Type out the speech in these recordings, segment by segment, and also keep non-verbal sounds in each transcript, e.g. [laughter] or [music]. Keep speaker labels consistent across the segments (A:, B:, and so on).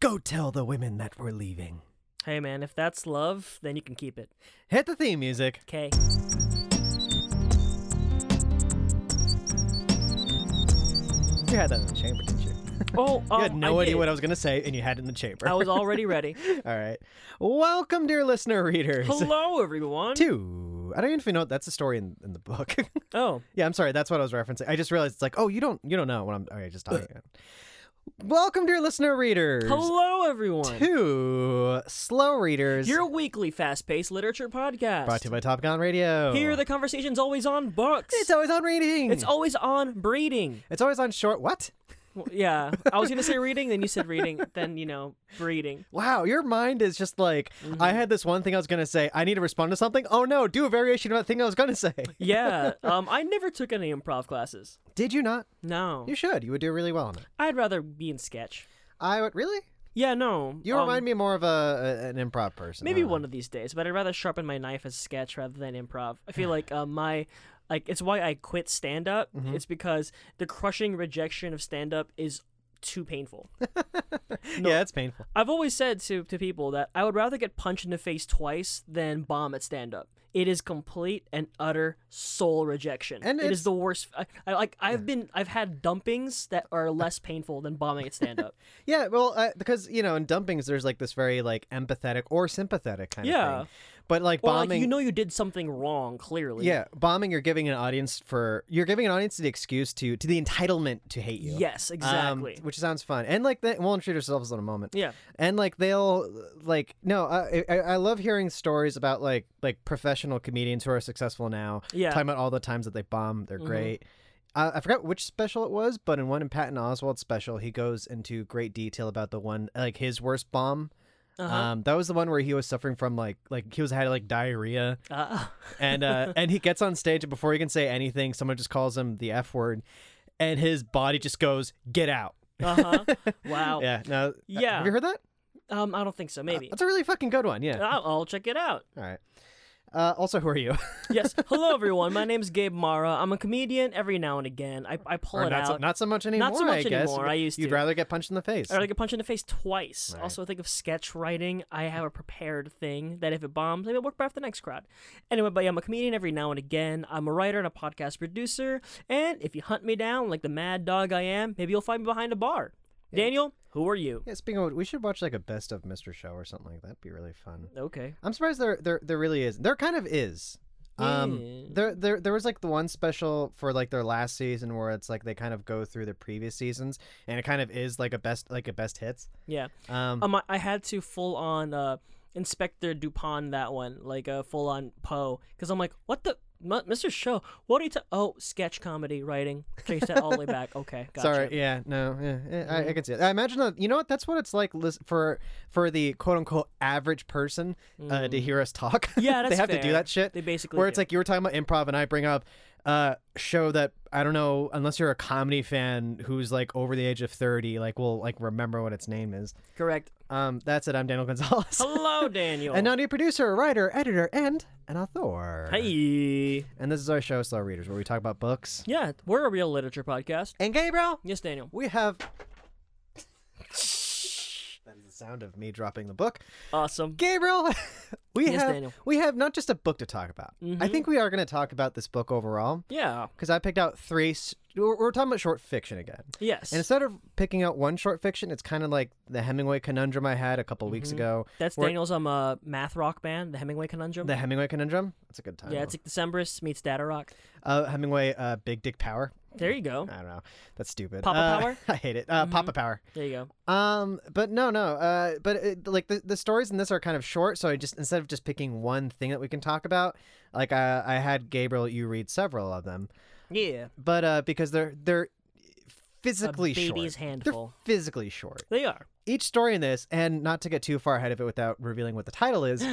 A: Go tell the women that we're leaving.
B: Hey man, if that's love, then you can keep it.
A: Hit the theme music. [laughs]
B: Okay.
A: You had that in the chamber, didn't you?
B: Oh,
A: You had no
B: I
A: idea
B: did.
A: what I was going to say, and you had it in the chamber.
B: I was already ready.
A: [laughs] All right. Welcome, dear listener readers.
B: Hello, everyone.
A: To I don't even know that's a story in, in the book. [laughs]
B: Oh,
A: yeah, I'm sorry. That's what I was referencing. I just realized it's like, oh, you don't you don't know when I'm. Okay, just talking. Welcome, dear listener readers.
B: hello, everyone.
A: To slow readers.
B: Your weekly fast-paced literature podcast.
A: brought to you by Top Gun Radio.
B: Here, the conversation's always on books.
A: It's always on reading.
B: It's always on breeding.
A: It's always on short. What?
B: Well, yeah, I was gonna say reading, then you
A: [laughs]
B: said reading, then you know breeding.
A: Wow, your mind is just like
B: Mm-hmm.
A: I had this one thing I was gonna say. I need to respond to something. Oh no, do a variation of that thing I was gonna
B: [laughs]
A: say.
B: Yeah. Um, I never took any improv classes.
A: Did you not?
B: No,
A: You should. You would do really well on it.
B: I'd rather be in sketch.
A: I would really.
B: Yeah, no.
A: You remind me more of a, a- an improv person.
B: Um, Maybe one of these days, but I'd rather sharpen my knife as sketch rather than improv.
A: [laughs]
B: I feel like uh, my like it's why I quit stand up.
A: Mm-hmm.
B: It's because the crushing rejection of stand up is too painful.
A: Yeah, it's painful.
B: I've always said to to people that I would rather get punched in the face twice than bomb at stand up. It is complete and utter soul rejection.
A: And
B: it
A: it's-
B: is the worst. I, I like I've been I've had dumpings that are less painful than bombing at
A: [laughs]
B: stand up.
A: Yeah, well, uh, because you know, in dumpings, there's like this very like empathetic or sympathetic kind
B: Yeah.
A: of thing. But like
B: Well,
A: bombing,
B: like you know you did something wrong
A: [laughs]
B: clearly.
A: yeah, bombing. You're giving an audience for you're giving an audience the excuse to to the entitlement to hate you.
B: Yes,
A: Um,
B: exactly.
A: which sounds fun, and like that, we'll treat ourselves in a moment.
B: yeah.
A: and like they'll like no I, I i love hearing stories about like like professional comedians who are successful now
B: Yeah. Mm-hmm.
A: talking about all the times that they bomb they're great uh, i forgot which special it was but in one in patton oswald's special he goes into great detail about the one like his worst bomb
B: Uh-huh.
A: Um, that was the one where he was suffering from like like he was had like diarrhea [laughs]
B: Uh,
A: and
B: [laughs]
A: uh and he gets on stage and before he can say anything someone just calls him the f word and his body just goes get out
B: Uh
A: [laughs]
B: huh. wow.
A: yeah no uh,
B: Yeah.
A: have you heard Uh, that
B: Um, I don't think so. Maybe.
A: that's a really fucking good one yeah
B: I'll, I'll check it out.
A: All right. Uh, also, who are you? [laughs]
B: Yes. Hello, everyone. My name's Gabe Mara. I'm a comedian. Every now and again, I, I pull
A: Or
B: it
A: not,
B: out.
A: so, not so much anymore.
B: so
A: I
B: much
A: guess.
B: anymore, I used
A: You'd
B: to.
A: rather get punched in the face.
B: Or like a punch in the face twice.
A: Right.
B: Also, think of sketch writing. I have a prepared thing that if it bombs, maybe it'll work better for the next crowd. Anyway, but yeah, I'm a comedian every now and again. I'm a writer and a podcast producer. And if you hunt me down like the mad dog I am, maybe you'll find me behind a bar. Daniel, who are you?
A: Yeah. Speaking of, which, we should watch like a best of Mr. Show or something like that. That'd be really fun.
B: Okay.
A: I'm surprised there there there really is. There kind of is. Um,
B: Yeah.
A: there there there was like the one special for like their last season where it's like they kind of go through the previous seasons and it kind of is like a best like a best hits.
B: Yeah.
A: Um,
B: Um, I- I had to full on uh, Inspector Dupont that one, like uh, full on Poe, because I'm like, what the. M- Mr. Show, what are you? Ta- oh, sketch comedy writing. Trace that all the
A: [laughs]
B: way back. Okay, gotcha. Mm-hmm.
A: Sorry. Yeah. No. Yeah. yeah, I, I can see it. I imagine that. You know what? That's what it's like lis- for for the quote unquote average person uh, to hear us talk.
B: Mm.
A: [laughs]
B: Yeah,
A: they
B: that's
A: have to do
B: fair.
A: that shit.
B: They basically
A: where it's
B: do.
A: like you were talking about improv, and I bring up uh show that I don't know unless you're a comedy fan who's like over the age of thirty, like will like remember what its name is.
B: Correct.
A: Um, that's it. I'm Daniel Gonzalez,
B: Hello,
A: [laughs]
B: Daniel.
A: and now a producer, writer, editor, and an author.
B: Hey.
A: And this is our show, Slow Readers, where we talk about books.
B: Yeah, we're a real literature podcast.
A: And Gabriel,
B: Yes, Daniel.
A: we have. That is the sound of me dropping the book.
B: Awesome.
A: Gabriel, [laughs] we
B: Yes,
A: have
B: Daniel. Mm-hmm.
A: we have not just a book to talk about. I think we are going to talk about this book overall
B: Yeah.
A: because I picked out three. s- We're, we're talking about short fiction again,
B: Yes.
A: and instead of picking out one short fiction, it's kind of like the Hemingway conundrum I had a couple weeks
B: Mm-hmm.
A: ago.
B: That's
A: we're-
B: Daniel's um uh, math rock band, the Hemingway Conundrum.
A: The Hemingway conundrum. That's a good time.
B: yeah, it's like Decemberists meets Data Rock.
A: uh, Hemingway, uh, Big Dick Power.
B: There you go.
A: I don't know. That's stupid.
B: Papa
A: Uh,
B: Power?
A: [laughs]
B: Mm-hmm.
A: I hate it. Uh, Papa Power.
B: There you go.
A: Um, but no, no. Uh, but it, like the, the stories in this are kind of short, so I just instead of just picking one thing that we can talk about, like uh, I, I had Gabriel, you read several of them,
B: Yeah.
A: but uh, because they're they're physically
B: baby's
A: short.
B: handful.
A: They're physically short.
B: They are.
A: Each story in this, and not to get too far ahead of it without revealing what the title
B: [gasps]
A: is,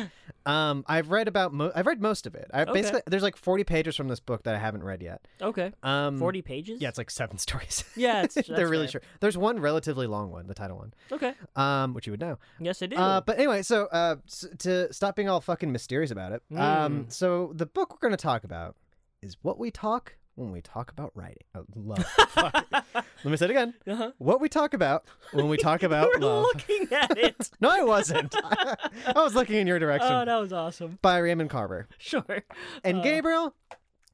A: um, I've read about mo- I've read most of it. I
B: Okay.
A: basically there's like 40 pages from this book that I haven't read yet.
B: Okay.
A: Um,
B: Forty pages.
A: Yeah, it's like seven [laughs] stories.
B: Yeah, it's,
A: they're really
B: true.
A: short. There's one relatively long one, the title one,
B: Okay.
A: um, which you would know.
B: Yes, I do.
A: Uh, but anyway, so uh, s- to stop
B: Hmm.
A: being all fucking mysterious about it, um, so the book we're going to talk about is What We Talk, when we talk about writing. Uh, love.
B: [laughs]
A: Fuck. Let me say it again.
B: Uh-huh.
A: [laughs] What we talk about when we talk about
B: [laughs] We're
A: love.
B: looking Oh,
A: [laughs]
B: at it.
A: No, I
B: [laughs]
A: wasn't. [laughs] I was looking in your direction.
B: oh, that was
A: [laughs]
B: awesome.
A: By Raymond Carver.
B: Sure.
A: And
B: Uh,
A: Gabriel,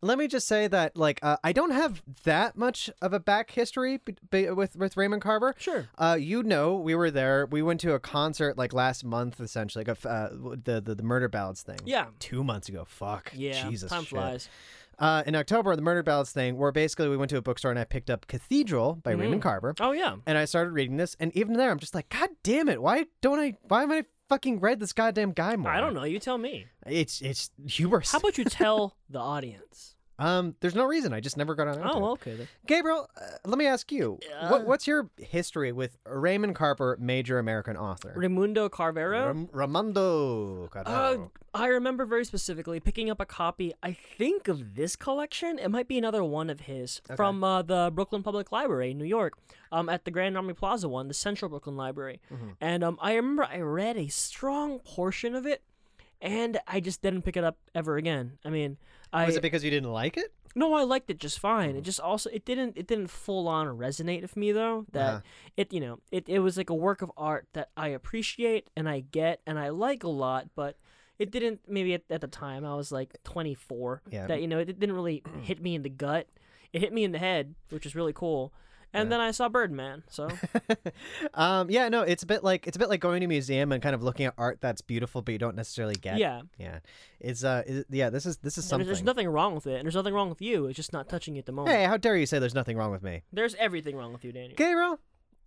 A: let me just say that like uh, I don't have that much of a back history b- b- with with Raymond Carver.
B: Sure.
A: Uh, you know, we were there. We went to a concert like last month, essentially, like a f- uh, the, the the murder ballads thing.
B: Yeah.
A: Two months ago. Fuck.
B: Yeah.
A: Jesus.
B: time
A: shit.
B: flies.
A: Uh, in October, the murder ballads thing, where basically we went to a bookstore and I picked up Cathedral by Raymond Carver,
B: Oh yeah.
A: and I started reading this. And even there, I'm just like, God damn it! Why don't I? Why haven't I fucking read this goddamn guy more?
B: I don't know. You tell me.
A: It's it's hubris. [laughs]
B: How about you tell the audience?
A: Um, there's no reason. I just never got on.
B: Oh, okay. Then.
A: Gabriel, uh, let me ask you,
B: Uh.
A: what, what's your history with Raymond Carver, major American author?
B: Raimundo Carvero.
A: Ram- Ramondo
B: Uh,
A: Carver.
B: I remember very specifically picking up a copy. I think of this collection. It might be another one of his from uh, the Brooklyn Public Library in New York, um, at the Grand Army Plaza one, the Central Brooklyn Library. And um, I remember I read a strong portion of it, and I just didn't pick it up ever again. I mean, Oh, I
A: Was it because you didn't like it?
B: no, I liked it just fine.
A: Mm.
B: It just also it didn't it didn't full on resonate with me though. That
A: Uh-huh.
B: it you know it it was like a work of art that I appreciate and I get and I like a lot, but it didn't maybe at, at the time I was like 24.
A: Yeah.
B: That you know it,
A: [clears throat]
B: didn't really hit me in the gut. It hit me in the head, which is really cool. And then I saw Birdman. So
A: Um, yeah, no, it's a bit like it's a bit like going to a museum and kind of looking at art that's beautiful, but you don't necessarily get.
B: yeah,
A: [laughs] yeah. It's uh, is, yeah. This is this is
B: there's,
A: something.
B: there's nothing wrong with it, and there's nothing wrong with you. It's just not touching you at the moment.
A: Hey, how dare you say there's nothing wrong with me,
B: There's everything wrong with you, Daniel.
A: Gabriel?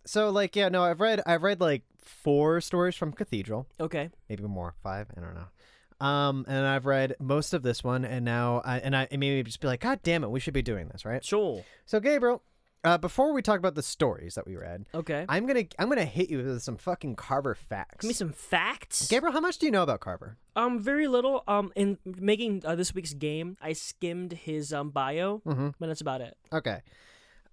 A: So like, yeah, no, I've read I've read like four stories from Cathedral.
B: Okay.
A: maybe more five i don't know um and i've read most of this one and now i and i and maybe just be like god damn it we should be doing this right
B: Sure.
A: so gabriel uh before we talk about the stories that we read
B: Okay.
A: [laughs] i'm gonna i'm gonna hit you with some fucking carver facts
B: Give me some facts.
A: gabriel how much do you know about carver
B: Um, very little. Um, in making uh, this week's game, I skimmed his um bio,
A: Mm-hmm.
B: but that's about it.
A: okay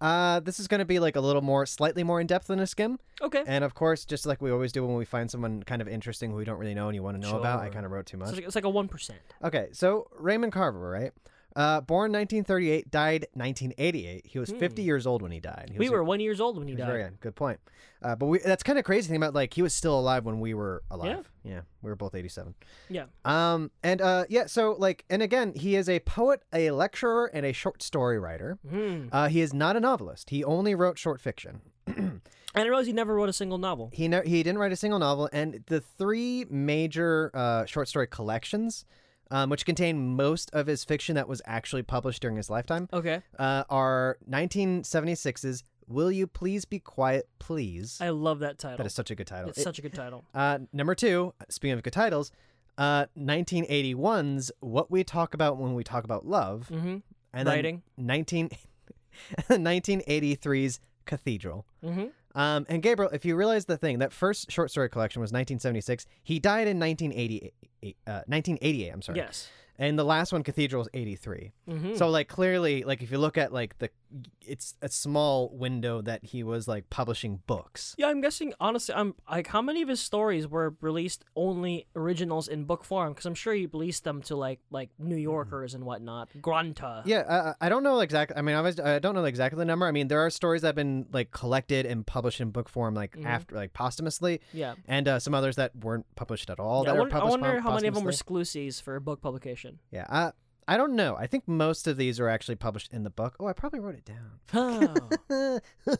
A: uh, this is going to be like a little more, slightly more in depth than a skim,
B: Okay.
A: and of course, just like we always do when we find someone kind of interesting who we don't really know and you want to know about, I
B: Sure.
A: kind of wrote too
B: So
A: much.
B: it's like- it's like a one percent.
A: Okay, so Raymond Carver, right? Uh, born 1938, died 1988. He was 50 years old when he died. He
B: Hmm. We
A: was
B: were one years old when he
A: a- very
B: died.
A: young. good point. Uh, but we, that's kind of crazy thing about like he was still alive when we were alive. Yeah, we were both 87.
B: Yeah.
A: Um, and uh, yeah, so like, and again, he is a poet, a lecturer, and a short story writer.
B: Hmm.
A: Uh, he is not a novelist. He only wrote short fiction.
B: And I realized he never wrote a single novel.
A: He ne- he didn't write a single novel, and the three major uh, short story collections, um, which contain most of his fiction that was actually published during his lifetime,
B: Okay.
A: uh, are 1976's "Will You Please Be Quiet, Please."
B: I love that title.
A: that is such a good title.
B: it's
A: It-
B: such a good title.
A: uh, number two, speaking of good titles, uh, 1981's "What We Talk About When We Talk About Love,"
B: Mm-hmm.
A: and
B: Writing.
A: then [laughs] 19 1983's "Cathedral."
B: Mm-hmm.
A: Um, and Gabriel, if you realize the thing, that first short story collection was 1976. He died in 1988. Uh, 1988. I'm sorry.
B: Yes.
A: And the last one, Cathedral, is 83.
B: Mm-hmm.
A: So like clearly, like if you look at like the, it's a small window that he was like publishing books.
B: yeah, I'm guessing honestly, I'm like, how many of his stories were released only originals in book form? Because I'm sure he released them to like like New Yorkers and whatnot. Granta.
A: Mm-hmm. Yeah, uh, I don't know exactly. I mean, I, was, I don't know exactly the number. I mean, there are stories that have been like collected and published in book form, like
B: Mm-hmm.
A: after, like posthumously,
B: Yeah.
A: and uh, some others that weren't published at all.
B: Yeah,
A: that
B: I
A: were
B: wonder, I
A: published
B: wonder
A: pos-
B: how many of them were
A: posthumously.
B: exclusives for book publication.
A: [laughs] Yeah, I, I don't know. I think most of these are actually published in the book. Oh, I probably wrote it down. [laughs]
B: Oh.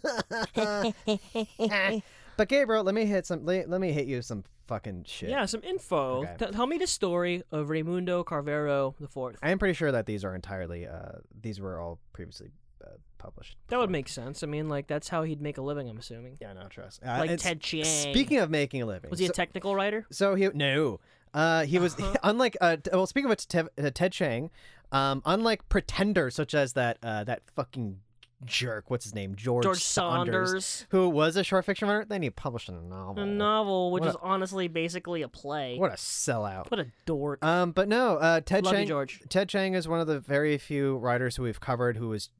A: but Gabriel, let me hit some. Let, let me hit you with some fucking shit.
B: yeah, some info.
A: Okay.
B: T- tell me the story of Raimundo Carvero the Fourth.
A: I am pretty sure that these are entirely. Uh, these were all previously uh, published.
B: That would make sense. I mean, like that's how he'd make a living. I'm assuming.
A: Yeah, no trust. Uh,
B: Like
A: it's-
B: Ted Chiang.
A: Speaking of making a living,
B: was he a
A: so,
B: technical writer?
A: so he no. Uh, he was
B: Uh-huh.
A: [laughs] unlike uh, t- well. Speaking of Ted, uh, Ted Chang, um, unlike pretenders such as that uh, that fucking jerk, what's his name, George,
B: George Saunders,
A: who was a short fiction writer. Then he published a novel.
B: a novel, which
A: What
B: is honestly basically a play.
A: What a sellout.
B: What a dork.
A: Um, but no, uh, Ted
B: Love you,
A: Chang.
B: George.
A: Ted Chang is one of the very
B: Hmm.
A: few writers who we've covered who is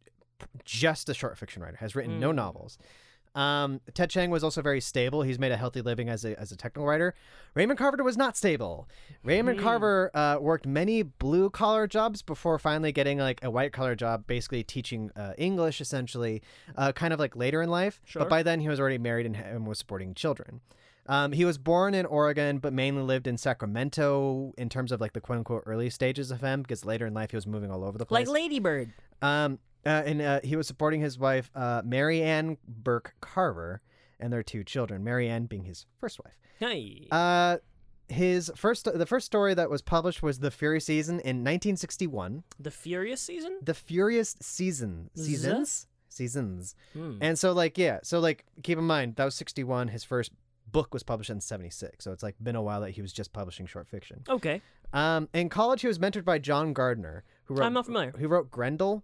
A: just a short fiction writer, has written no novels. Um, Ted Chang was also very stable. He's made a healthy living as a, as a technical writer. Raymond Carver was not stable. Raymond
B: Hmm.
A: Carver uh, worked many blue collar jobs before finally getting like a white collar job, basically teaching uh, English essentially, uh, kind of like later in life.
B: Sure.
A: But by then he was already married and, and was supporting children. Um, he was born in Oregon, but mainly lived in Sacramento in terms of like the quote unquote early stages of him, because later in life he was moving all over the place.
B: Like Ladybird.
A: Um, uh, and uh, he was supporting his wife, uh, Mary Ann Burke Carver, and their two children. Mary Ann being his first wife.
B: Hey.
A: Uh, his first, the first story that was published was "The Fury Season" in 1961.
B: the Furious season?
A: The Furious Season,
B: Z?
A: seasons, seasons.
B: Hmm.
A: And so, like, yeah. So, like, keep in mind that was 61. His first book was published in 76. So it's like been a while that he was just publishing short fiction.
B: Okay.
A: Um, in college, he was mentored by John Gardner, who wrote
B: I'm not familiar.
A: who wrote Grendel.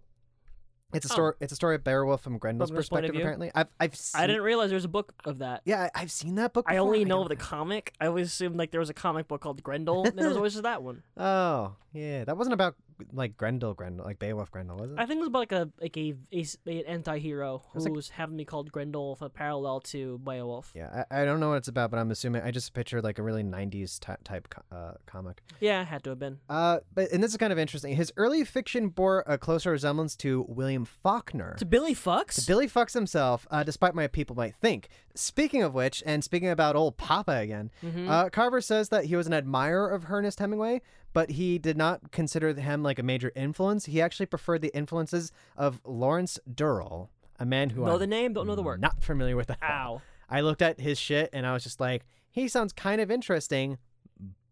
A: It's a
B: Oh.
A: story. It's a story of Beowulf from Grendel's
B: From his point of
A: perspective.
B: view?
A: Apparently, I've I've seen,
B: I didn't realize there was a book of that.
A: Yeah, I- I've seen that book.
B: I
A: before.
B: only know of
A: don't-
B: the comic. I always assumed like there was a comic book called Grendel, and there was always [laughs] just that one.
A: Oh yeah, that wasn't about like Grendel, Grendel, like Beowulf, Grendel, was it?
B: I think it was about like a like a, a s- an anti-hero
A: was
B: who
A: like-
B: was having to be called Grendel for parallel to Beowulf. Yeah,
A: yeah, I, I don't know what it's about, but I'm assuming I just picture like a really '90s ty- type co- uh, comic.
B: it had to have been.
A: Uh, but and this is kind of interesting. His early fiction bore a closer resemblance to William Faulkner.
B: To Billy Fox?
A: Billy fucks himself, uh, despite my people might think. Speaking of which, and speaking about old Papa again,
B: Mm-hmm.
A: uh, Carver says that he was an admirer of Ernest Hemingway, but he did not consider him like a major influence. He actually preferred the influences of Lawrence Durrell, a man who
B: know
A: I'm
B: the name, don't know the work.
A: not familiar with at all.
B: Ow.
A: I looked at his shit and I was just like, he sounds kind of interesting,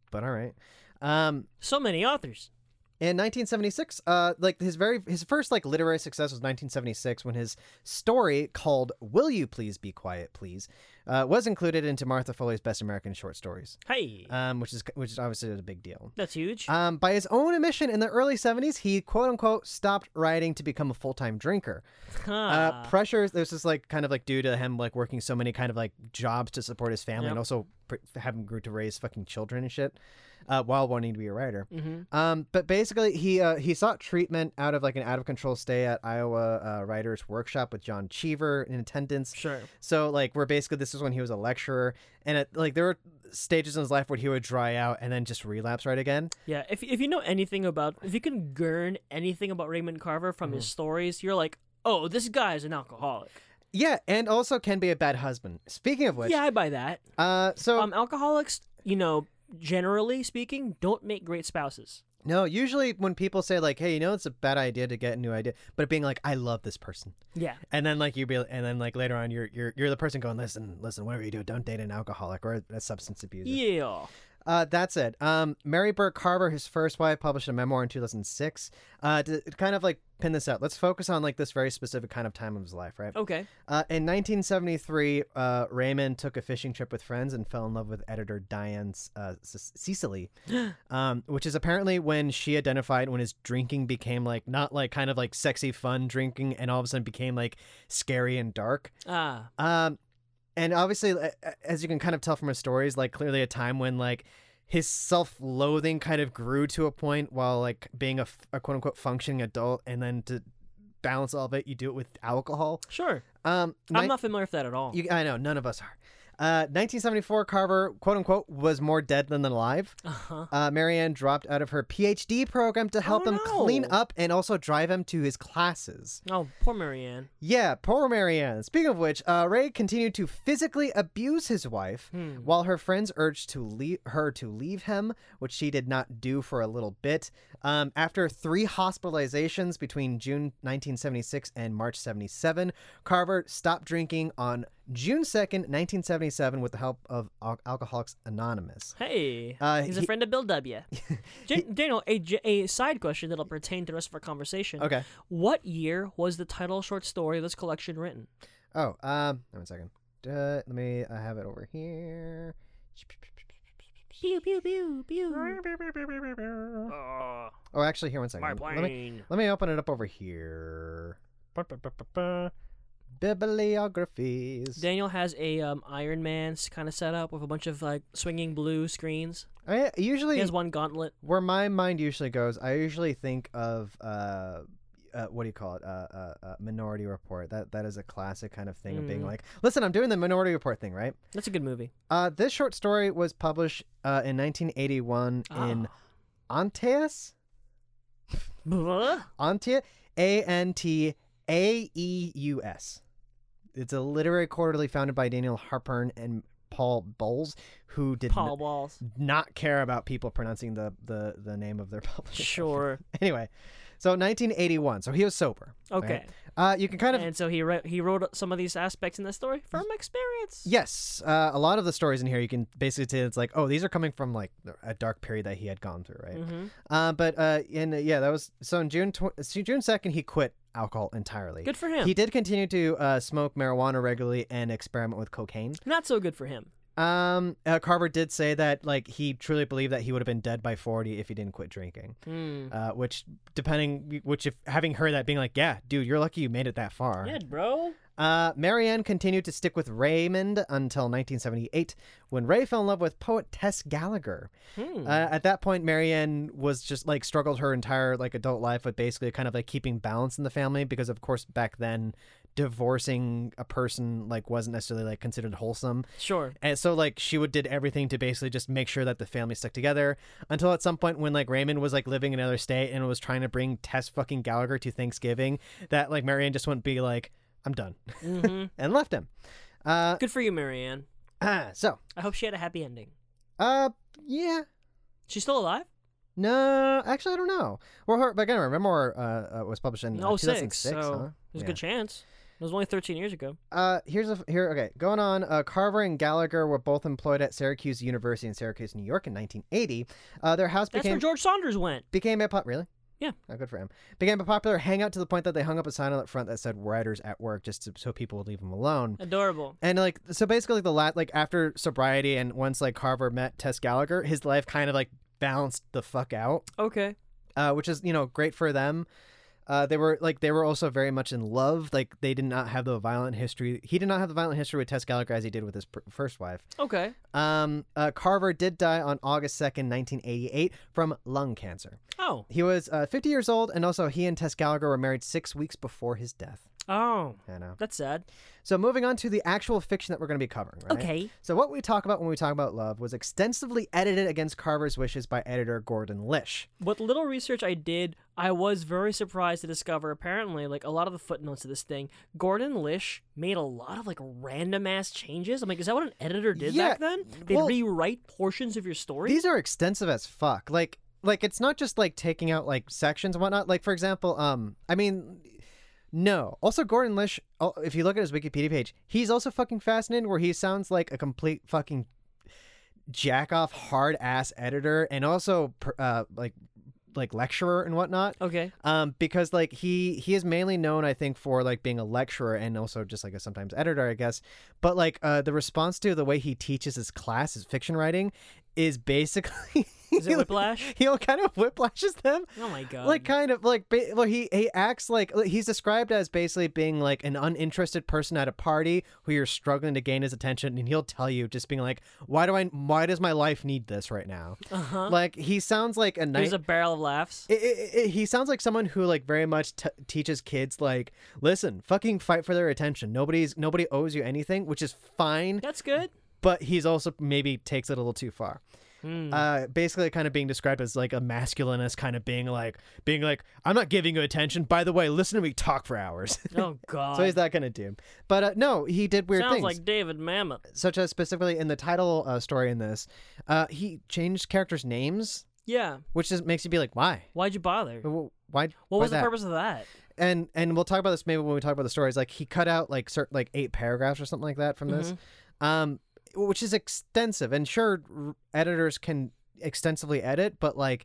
A: but all right. Um,
B: So many authors.
A: in 1976, uh, like his very his first like literary success was 1976 when his story called "Will You Please Be Quiet, Please" uh, was included into Martha Foley's Best American Short Stories,
B: Hey,
A: um, which is which is obviously a big deal.
B: that's huge.
A: Um, by his own admission, in the early 70s, he quote unquote stopped writing to become a full time drinker.
B: Huh.
A: Uh, pressures. This is like kind of like due to him like working so many kind of like jobs to support his family
B: Yep.
A: and also pr- having grew to raise fucking children and shit, uh, while wanting to be a writer.
B: Mhm.
A: Um, but basically, he uh, he sought treatment out of like an out of control stay at Iowa uh, Writers Workshop with John Cheever in attendance.
B: Sure.
A: So like, we're basically this is when he was a lecturer, and it, like there were stages in his life where he would dry out and then just relapse right again.
B: Yeah, if if you know anything about if you can learn anything about Raymond Carver from
A: Mm-hmm.
B: his stories, you're like, oh, this guy is an alcoholic.
A: Yeah, and also can be a bad husband. Speaking of which,
B: Yeah, I buy that.
A: uh, so
B: Um, alcoholics, you know, generally speaking, don't make great spouses.
A: no, usually when people say like, hey, you know, it's a bad idea to get a new idea, but being like, I love this person.
B: Yeah,
A: And then like you be, and then like later on you're you're you're the person going listen listen whatever you do don't date an alcoholic or a substance abuser.
B: yeah.
A: Uh, that's it. Um, Mary Burke Carver, his first wife, published a memoir in 2006. Uh, to kind of like pin this out, let's focus on like this very specific kind of time of his life, right?
B: Okay.
A: Uh, in 1973, uh, Raymond took a fishing trip with friends and fell in love with editor Diane uh, Ce- Cecily, um, which is apparently when she identified when his drinking became like not like kind of like sexy fun drinking and all of a sudden became like scary and dark.
B: Ah,
A: Um, and obviously, a- a- as you can kind of tell from his stories, like clearly a time when like his self-loathing kind of grew to a point while like being a, f- a quote-unquote functioning adult, and then to balance all of it, you do it with alcohol.
B: sure.
A: Um,
B: I'm
A: ni-
B: not familiar with that at all.
A: you, I know none of us are. Uh, 1974, Carver, quote unquote, was more dead than alive.
B: [laughs] uh-huh.
A: Uh, Marianne dropped out of her PhD program to help
B: Oh,
A: him clean
B: no.
A: up and also drive him to his classes.
B: Oh, poor Marianne.
A: Yeah, poor Marianne. Speaking of which, uh, Ray continued to physically abuse his wife
B: Hmm.
A: while her friends urged to leave her to leave him, which she did not do for a little bit. Um, after three hospitalizations between June 1976 and March 77, Carver stopped drinking on June 2nd, 1977, with the help of Al- Alcoholics Anonymous.
B: Hey,
A: Uh,
B: he's
A: [laughs] he-
B: a friend of Bill W. Jan- Daniel, a, j- a side question that'll pertain to the rest of our conversation.
A: Okay.
B: What year was the title short story of this collection written?
A: Oh, um, hang on a second. Uh, let me. I have it over here.
B: Pew pew pew pew. Uh,
A: Oh, actually, here one second.
B: my
A: Let me-
B: plane.
A: Let me open it up over here. Ba-ba-ba-ba-ba. Bibliographies.
B: Daniel has a um, Iron Man kind of setup with a bunch of like swinging blue screens.
A: I
B: He
A: usually
B: has one gauntlet.
A: where my mind usually goes, I usually think of uh, uh, what do you call it? Uh, uh, uh, Minority Report. That that is a classic kind of thing of
B: Mm.
A: being like, listen, I'm doing the Minority Report thing, right?
B: That's a good movie.
A: Uh, this short story was published uh, in 1981 in
B: Ah.
A: Antaeus.
B: Blah.
A: Antia, A N T A E U S. It's a literary quarterly founded by Daniel Harpern and Paul Bowles, who did
B: Paul
A: n- [laughs]
B: Walls.
A: not care about people pronouncing the, the, the name of their [laughs] publisher.
B: Sure.
A: Anyway, so 1981. So he was sober. right?
B: Okay.
A: Uh, you can kind of
B: And so he re- he wrote some of these aspects in the story from experience.
A: Yes, uh, a lot of the stories in here you can basically tell it's like, oh, these are coming from like a dark period that he had gone through, right?
B: Mhm.
A: Uh, but uh, and uh, yeah, that was so. In June tw- so June second, he quit alcohol entirely.
B: Good for him.
A: He did continue to uh, smoke marijuana regularly and experiment with cocaine.
B: Not so good for him.
A: Um, uh, Carver did say that like he truly believed that he would have been dead by forty if he didn't quit drinking.
B: Hmm.
A: Uh, which depending, which if having heard that, being like, yeah, dude, you're lucky you made it that far.
B: Yeah, bro.
A: Uh, Marianne continued to stick with Raymond until 1978, when Ray fell in love with poet Tess Gallagher.
B: Hmm.
A: Uh, at that point, Marianne was just like struggled her entire like adult life with basically kind of like keeping balance in the family because, of course, back then, divorcing a person like wasn't necessarily like considered wholesome.
B: Sure.
A: And so like she would did everything to basically just make sure that the family stuck together until at some point when like Raymond was like living in another state and was trying to bring Tess fucking Gallagher to Thanksgiving that like Marianne just wouldn't be like I'm done
B: hmm
A: and left him. Uh,
B: [laughs]
A: [clears throat]
B: Good for you, Marianne.
A: ah, so
B: I hope she had a happy ending.
A: uh, yeah,
B: She's still alive?
A: no, actually I don't know. Well, her, but again, remember uh, uh, was published in uh,
B: No,
A: 2006.
B: six. So
A: huh?
B: there's
A: Yeah.
B: a good chance. It was only 13 years ago.
A: Uh, here's a f- here. Okay, going on. Uh, Carver and Gallagher were both employed at Syracuse University in Syracuse, New York, in 1980. Uh, their house
B: That's
A: became
B: where George Saunders went.
A: became a pop. Really?
B: Yeah.
A: Oh, good for him. Became a popular hangout to the point that they hung up a sign on the front that said "Writers at Work" just to, so people would leave them alone.
B: Adorable.
A: And like so basically like, the lat like after sobriety and once like Carver met Tess Gallagher, his life kind of like balanced the fuck out.
B: Okay.
A: Uh which is, you know, great for them. Uh they were like they were also very much in love. Like they did not have the violent history. He did not have the violent history with Tess Gallagher as he did with his pr- first wife.
B: Okay.
A: Um uh, Carver did die on August 2nd, 1988 from lung cancer.
B: Oh.
A: He was uh, 50 years old and also he and Tess Gallagher were married 6 weeks before his death.
B: Oh.
A: I know.
B: That's sad.
A: So moving on to the actual fiction that we're going to be covering, right?
B: Okay.
A: So what we talk about when we talk about love was extensively edited against Carver's wishes by editor Gordon Lish.
B: What little research I did, I was very surprised to discover apparently, like a lot of the footnotes of this thing, Gordon Lish made a lot of like random ass changes. I'm like, is that what an editor did
A: Yeah,
B: back then? They
A: well-
B: rewrite portions of your story?
A: These are extensive as fuck. Like like it's not just like taking out like sections and whatnot. Like for example, um I mean no. Also Gordon Lish, oh, if you look at his Wikipedia page, he's also fucking fascinating where he sounds like a complete fucking jack off hard ass editor and also per- uh like like lecturer and whatnot. [laughs]
B: okay.
A: um because like he he is mainly known i think for like being a lecturer and also just like a sometimes editor i guess but like uh the response to the way he teaches his class his fiction writing is basically [laughs]
B: Is it Whiplash?
A: he'll kind of whiplashes them
B: Oh my god.
A: like kind of like ba- well he he acts like he's described as basically being like an uninterested person at a party who you're struggling to gain his attention and he'll tell you just being like why do i why does my life need this right now
B: uh-huh.
A: like he sounds like a nice
B: There's a barrel of laughs.
A: it, it, it, he sounds like someone who like very much t- teaches kids like listen fucking fight for their attention nobody's nobody owes you anything which is fine [laughs]
B: That's good.
A: but he's also maybe takes it a little too far
B: Hmm.
A: uh basically kind of being described as like a masculinist kind of being like being like i'm not giving you attention by the way listen to me talk for hours [laughs]
B: Oh god.
A: so he's that kind of dude but uh, no he did weird
B: Sounds
A: things
B: like David Mamet.
A: such as specifically in the title uh, story in this uh he changed characters names
B: Yeah.
A: which just makes you be like why
B: Why'd you bother? What
A: Wh- why why
B: was the
A: that?
B: purpose of that?
A: and and we'll talk about this maybe when we talk about the stories like he cut out like certain like eight paragraphs or something like that from this
B: Mm-hmm.
A: um which is extensive and sure r- editors can extensively edit but like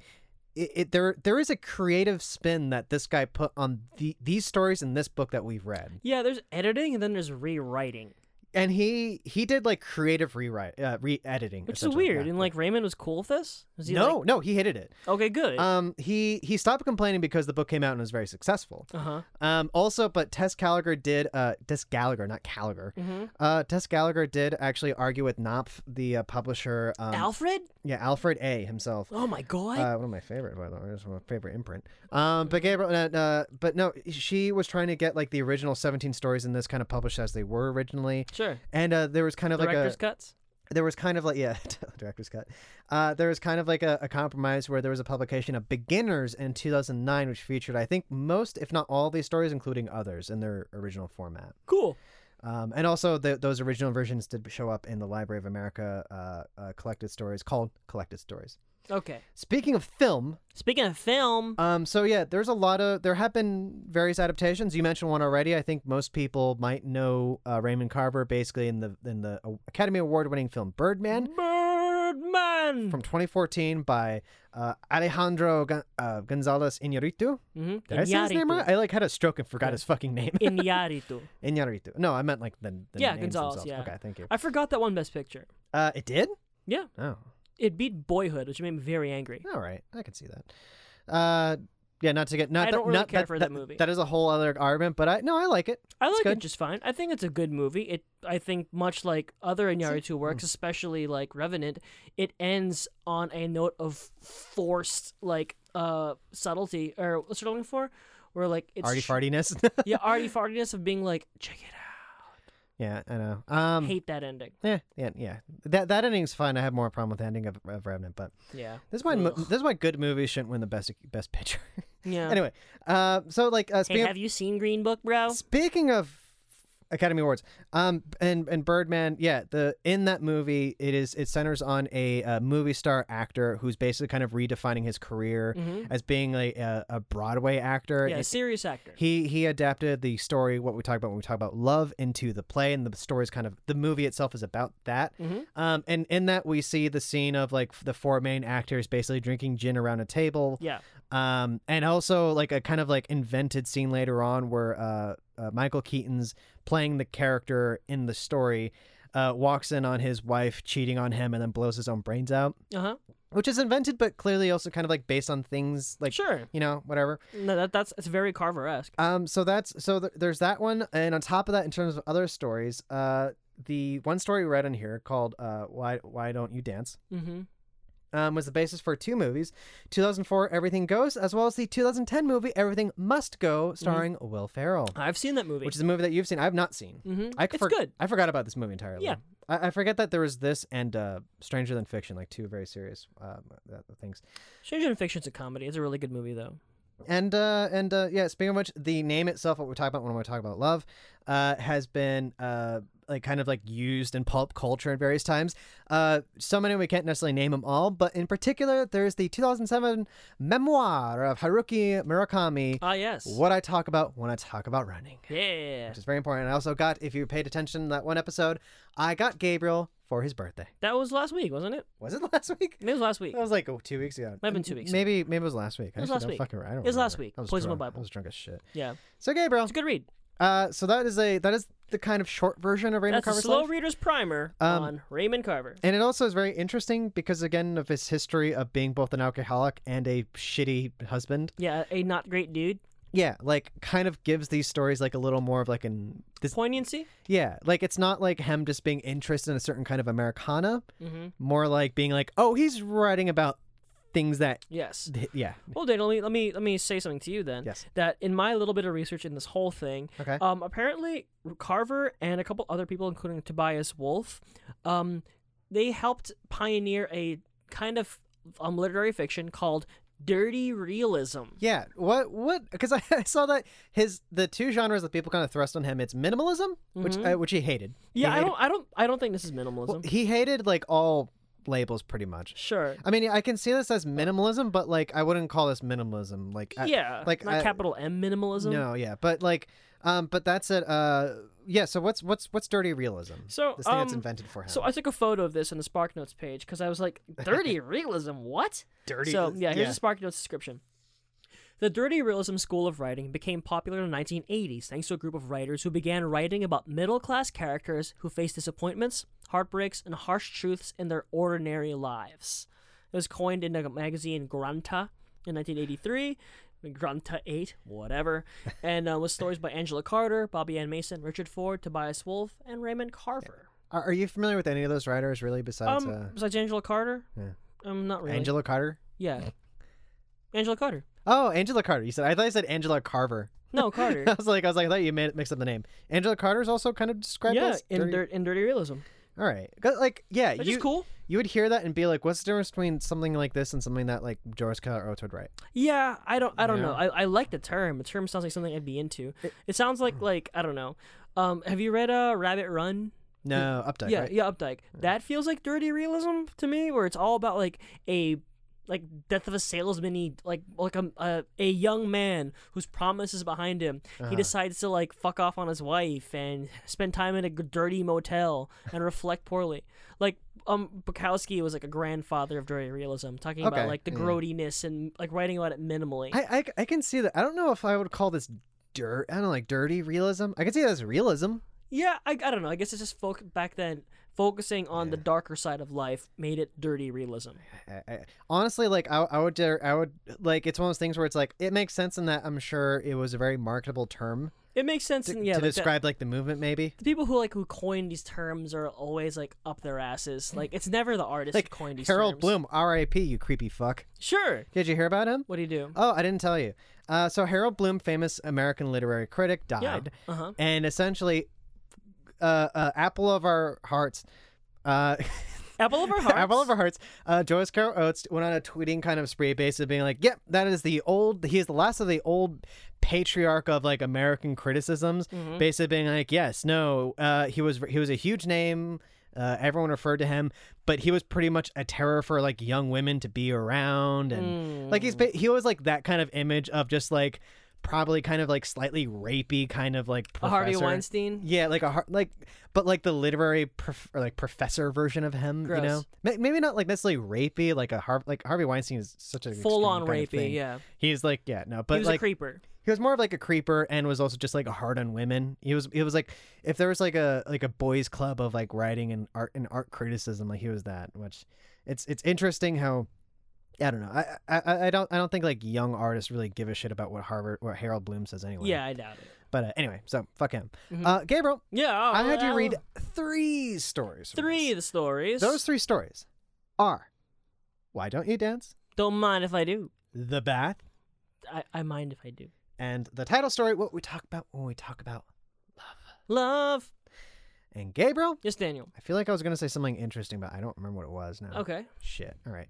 A: it, it there there is a creative spin that this guy put on the these stories in this book that we've read
B: Yeah, there's editing and then there's rewriting.
A: and he he did like creative rewrite, uh, re-editing,
B: Which is
A: essentially,
B: weird.
A: yeah.
B: And like Raymond was cool with this? Was he
A: no,
B: like-
A: no, he hated it.
B: okay, good.
A: Um, he he stopped complaining because the book came out and was very successful.
B: Uh huh.
A: Um, also, but Tess Gallagher did uh Tess Gallagher, not Gallagher.
B: hmm
A: Uh, Tess Gallagher did actually argue with Knopf, the uh, publisher. Um,
B: Alfred?
A: yeah, Alfred A. himself.
B: Oh my god.
A: Uh, one of my favorite, by the way, it's my favorite imprint. Um, but Gabriel, uh, uh, but no, she was trying to get like the original 17 stories in this kind of published as they were originally,
B: sure.
A: and uh, there was kind of
B: Director's
A: like
B: cuts.
A: a, there was kind of like yeah, [laughs] director's cut. Uh, there was kind of like a, a compromise where there was a publication of beginners in 2009, which featured I think most, if not all, these stories, including others in their original format.
B: Cool.
A: Um, and also, the, those original versions did show up in the Library of America uh, uh, collected stories called Collected Stories.
B: Okay.
A: Speaking of film,
B: Speaking of film,
A: um, so yeah, there's a lot of there have been various adaptations. You mentioned one already. I think most people might know uh, Raymond Carver, basically in the in the Academy Award-winning film Birdman
B: Birdman.
A: from 2014 by uh, Alejandro Gon- uh, Gonzalez Iñárritu.
B: hmm
A: Did I say his name right? I like had a stroke and forgot his fucking
B: [laughs]
A: name.
B: Inyaritu.
A: Iñárritu. No, I meant like the, the
B: Yeah,
A: names
B: Gonzalez,
A: themselves.
B: yeah.
A: Okay, thank you.
B: I forgot that one Best Picture.
A: Uh, it did.
B: Yeah.
A: Oh,
B: It beat Boyhood, which made me very angry.
A: all right. I can see that. Uh, yeah, not to get not
B: I don't
A: that,
B: really
A: not
B: care
A: that,
B: for that movie.
A: That is a whole other argument, but I no, I like it.
B: I
A: It's
B: like it
A: good.
B: just fine. I think it's a good movie. It, I think, much like other Inyaritu
A: mm.
B: works, especially like Revenant, it ends on a note of forced like uh subtlety or what's it looking for, where like it's
A: Arty
B: sh-
A: fartiness. [laughs]
B: yeah arty fartiness of being like check it out.
A: Yeah, I know. Um,
B: Hate that ending.
A: yeah, yeah, yeah. That that ending's fine. I have more problem with the ending of, of Revenant, but
B: Yeah.
A: this is why mo-
B: Ugh.
A: this is why good movies shouldn't win the best best picture. [laughs]
B: Yeah.
A: anyway, uh, so like uh,
B: hey,
A: speaking
B: have you seen Green Book, bro?
A: of, speaking of Academy Awards, um, and and Birdman, yeah, the in that movie it is it centers on a, uh movie star actor who's basically kind of redefining his career
B: Mhm.
A: as being like a, a Broadway actor.
B: Yeah,
A: It-
B: serious actor.
A: He he adapted the story what we talk about when we talk about love into the play, and the story is kind of the movie itself is about that.
B: Mhm.
A: Um, and in that we see the scene of like the four main actors basically drinking gin around a table.
B: Yeah.
A: Um, and also like a kind of like invented scene later on where uh, uh Michael Keaton's playing the character in the story. Uh, walks in on his wife cheating on him and then blows his own brains out,
B: Uh huh.
A: which is invented but clearly also kind of like based on things like
B: sure.
A: you know whatever.
B: No, that that's it's very Carver esque.
A: Um, so that's so th- there's that one, and on top of that, in terms of other stories, uh, the one story we read in here called uh, "Why Why Don't You Dance."
B: Mm-hmm.
A: Um, was the basis for two movies 2004 everything goes as well as the 2010 movie everything must
B: Mm-hmm.
A: go starring will ferrell
B: I've seen that movie.
A: which is a movie that you've seen i've not seen
B: mm-hmm.
A: I
B: it's
A: for-
B: good.
A: i forgot about this movie entirely
B: Yeah.
A: I, I forget that there was this and uh, stranger than fiction like two very serious um, uh, things
B: Stranger Than Fiction's a comedy. It's a really good movie though.
A: And uh, and uh, yeah, speaking of which, the name itself, what we're talking about when we're talking about love, uh, has been uh, like kind of like used in pulp culture at various times. Uh, so many we can't necessarily name them all, but in particular, there's the 2007 memoir of Haruki Murakami.
B: Ah yes.
A: What I talk about when I talk about running,
B: Yeah.
A: which is very important. I also got, if you paid attention to that one episode, I got Gabriel for his birthday.
B: That was last week, wasn't it?
A: Was it [laughs] last week?
B: It was last week.
A: That was like oh, two weeks ago.
B: Might have been two weeks ago.
A: Maybe maybe it was last week. It
B: was last week.
A: Fucking, I don't
B: It was last
A: remember.
B: week.
A: I was
B: Poison my
A: drunk.
B: Bible.
A: I was drunk as shit.
B: Yeah.
A: So Gabriel,
B: It's a good read.
A: uh, so that is a that is the kind of short version of Raymond
B: That's a
A: Carver's
B: slow
A: life.
B: reader's primer
A: Um,
B: on Raymond Carver.
A: and it also is very interesting because again of his history of being both an alcoholic and a shitty husband.
B: Yeah, a not great dude.
A: Yeah, like kind of gives these stories like a little more of like an this
B: Poignancy.
A: yeah, like it's not like him just being interested in a certain kind of Americana,
B: Mm-hmm.
A: more like being like, "Oh, he's writing about things that
B: Yes.
A: yeah,
B: Well, Daniel, let me let me let me say something to you then.
A: Yes.
B: That in my little bit of research in this whole thing,
A: okay."
B: um, apparently Carver and a couple other people, including Tobias Wolf, um, they helped pioneer a kind of um literary fiction called dirty realism.
A: yeah, what what? Because [laughs] I, I saw that his the two genres that people kind of thrust on him it's minimalism, which uh, which he hated. He
B: Mm-hmm. Yeah, I
A: hated-
B: don't, I don't, I don't think this is minimalism.
A: Well, he hated like all labels pretty much.
B: sure.
A: I mean, I can see this as minimalism, but like I wouldn't call this minimalism. Like I-
B: yeah,
A: like,
B: like not
A: I-
B: capital M minimalism.
A: no, yeah, but like, um, but that's it. Uh, yeah. So what's what's what's dirty realism?
B: So,
A: this thing that's
B: um,
A: invented for him.
B: So I took a photo of this in the Spark Notes page
A: [laughs]
B: because I was like, dirty realism, what?
A: dirty.
B: So yeah, here's a Spark Notes description. The dirty realism school of writing became popular in the 1980s thanks to a group of writers who began writing about middle class characters who face disappointments, heartbreaks, and harsh truths in their ordinary lives. It was coined in the magazine Granta in 1983. Granta 8,
A: [laughs]
B: whatever, and uh, with stories by Angela Carter, Bobby Ann Mason, Richard Ford, Tobias Wolff, and Raymond Carver.
A: Are, are you familiar with any of those writers really? Besides
B: um,
A: uh,
B: besides Angela Carter,
A: yeah.
B: um, not really.
A: Angela Carter?
B: yeah, Angela Carter.
A: Oh, Angela Carter. You said I thought you said Angela Carver.
B: No, Oh, Carter.
A: [laughs] I was like, I was like, I thought you made, mixed up the name. Angela Carter's also kind of described
B: yeah,
A: as
B: in
A: dirty-
B: dirty, in dirty realism,
A: All right, 'Cause, like yeah,
B: which
A: you
B: is cool.
A: you would hear that and be like, what's the difference between something like this and something that like Joris Keller Oates would write?
B: Yeah, I don't, I don't
A: Yeah.
B: know. I, I like the term. The term sounds like something I'd be into. It, sounds like like I don't know. Um, have you read uh, Rabbit Run?
A: No, Updike.
B: yeah,
A: right?
B: yeah, Updike. That feels like dirty realism to me, where it's all about like a like death of a salesman, like like a, a a young man whose promise is behind him.
A: Uh-huh.
B: He decides to like fuck off on his wife and spend time in a g- dirty motel and reflect poorly. Like um Bukowski was like a grandfather of dirty realism, talking
A: Okay,
B: about like the
A: yeah.
B: grodiness and like writing about it minimally.
A: I, I I can see that. I don't know if I would call this dirt. I don't know, like dirty realism. I can see that as realism.
B: yeah, I, I don't know. I guess it's just folk back then focusing on the darker side of life made it dirty realism.
A: I, I, honestly, like I, I would, dare- I would like it's one of those things where it's like it makes sense in that I'm sure it was a very marketable term
B: It makes sense.
A: to,
B: and yeah,
A: to
B: like that-
A: describe like the movement, maybe.
B: the people who like who coined these terms are always like up
A: [laughs]
B: their asses. Like it's never the artist
A: Like
B: who coined these
A: Harold
B: terms.
A: Bloom, R.I.P. You creepy fuck.
B: Sure.
A: Did you hear about him?
B: What do you do?
A: Oh, I didn't tell you. Uh, so Harold Bloom, famous American literary critic, died,
B: yeah. Uh huh.
A: and essentially, uh, uh, apple of our hearts. Uh, [laughs]
B: Apple of our hearts.
A: apple of our hearts. Uh, Joyce Carol Oates went on a tweeting kind of spree, basically being like, "Yep, that is the old. He is the last of the old patriarch of like American criticisms."
B: Mm-hmm.
A: Basically being like, "Yes, no, uh, he was he was a huge name. Uh, everyone referred to him, but he was pretty much a terror for like young women to be around, and like
B: Mm.
A: he's ba- he was like that kind of image of just like." Probably kind of like slightly rapey, kind of like
B: A Harvey
A: professor.
B: Weinstein.
A: Yeah, like a har- like, but like the literary prof- or like professor version of him. You know,
B: Gross.
A: Ma- maybe not like necessarily rapey, like a Har- like Harvey Weinstein is such a
B: Full on rapey.
A: Thing.
B: Yeah.
A: he's like yeah no, but
B: he was
A: like
B: a creeper.
A: he was more of like a creeper and was also just like hard on women. He was he was like if there was like a like a boys club of like writing and art and art criticism, like he was that. Which it's it's interesting how. I don't know. I, I I- I don't I don't think like young artists really give a shit about what Harvard what Harold Bloom says anyway.
B: Yeah, I doubt it.
A: But uh, anyway, so fuck him.
B: Mhm.
A: Uh, Gabriel,
B: Yeah.
A: I had
B: well,
A: you read three stories. from
B: Oh, three of
A: this.
B: the stories.
A: Those three stories are Why Don't You Dance,
B: Don't mind if I do.
A: The Bath,
B: I, I mind if I do.
A: and the title story, What We Talk About When We Talk About.
B: Love.
A: And Gabriel,
B: Yes, Daniel.
A: I feel like I was going to say something interesting, but I don't remember what it was now.
B: Okay.
A: Shit. All right.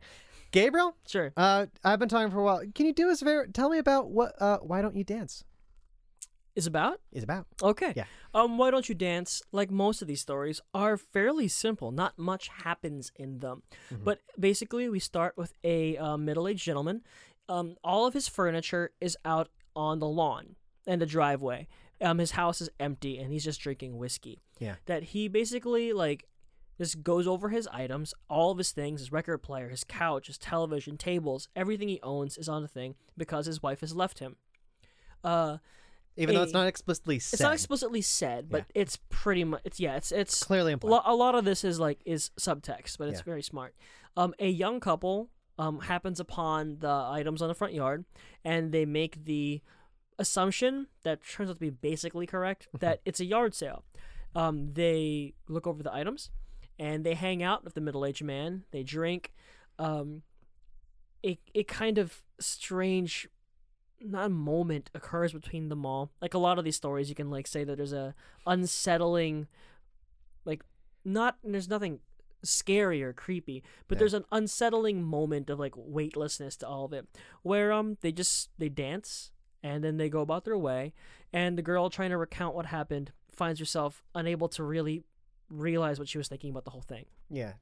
A: Gabriel,
B: Sure.
A: uh, I've been talking for a while. Can you do us a favor? Tell me about what uh, Why Don't You Dance
B: Is about.
A: is about.
B: Okay.
A: Yeah.
B: Um, Why Don't You Dance, like most of these stories, are fairly simple. Not much happens in them.
A: Mm-hmm.
B: But basically, we start with a uh, middle aged gentleman. Um, all of his furniture is out on the lawn and the driveway. Um, his house is empty and he's just drinking whiskey.
A: Yeah.
B: That he basically, like, just goes over his items, all of his things, his record player, his couch, his television, tables, everything he owns is on the thing because his wife has left him. Uh,
A: Even though it's
B: Hey,
A: not explicitly said.
B: it's not explicitly said, but it's pretty much it's yeah, it's it's
A: Clearly
B: a
A: implied.
B: lo- a lot of this is like is subtext, but it's
A: Yeah.
B: very smart. Um, a young couple um happens upon the items on the front yard, and they make the assumption that turns out to be basically correct that it's a yard sale. Um, they look over the items, and they hang out with the middle-aged man. They drink. Um, a a kind of strange not moment occurs between them all. Like a lot of these stories, you can like say that there's a unsettling, like not there's nothing scary or creepy, but
A: Yeah.
B: there's an unsettling moment of like weightlessness to all of it, where um they just they dance and then they go about their way, and the girl trying to recount what happened finds herself unable to really realize what she was thinking about the whole thing.
A: Yeah,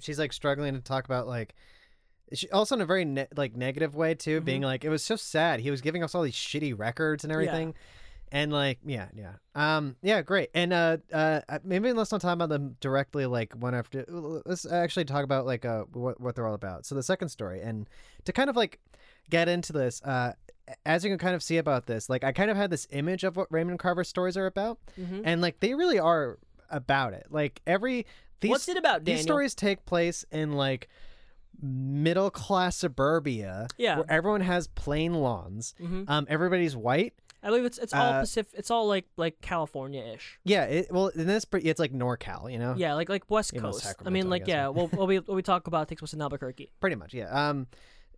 A: she's like struggling to talk about like, she also in a very ne- like negative way too, being like it was so sad. He was giving us all these shitty records and everything, and like yeah, yeah, um, yeah, great. And uh, uh, maybe let's not talk about them directly like one after. Let's actually talk about like uh what what they're all about. So the second story, and to kind of like get into this, uh, as you can kind of see about this, like I kind of had this image of what Raymond Carver's stories are about,
B: Mhm.
A: and like they really are about it. Like every these
B: What's it about, Daniel?
A: these stories take place in like middle class suburbia,
B: Yeah.
A: where everyone has plain lawns.
B: hmm
A: Um, everybody's white.
B: I believe it's it's all
A: uh,
B: Pacific. It's all like like California ish.
A: Yeah, it, well, in this, pre- it's like NorCal, you know,
B: Yeah, like like West
A: You know,
B: Coast. I
A: Sacramento,
B: mean,
A: I
B: like
A: guess,
B: yeah.
A: right?
B: Well, what we what we talk about takes place
A: [laughs]
B: in Albuquerque.
A: pretty much, yeah. Um,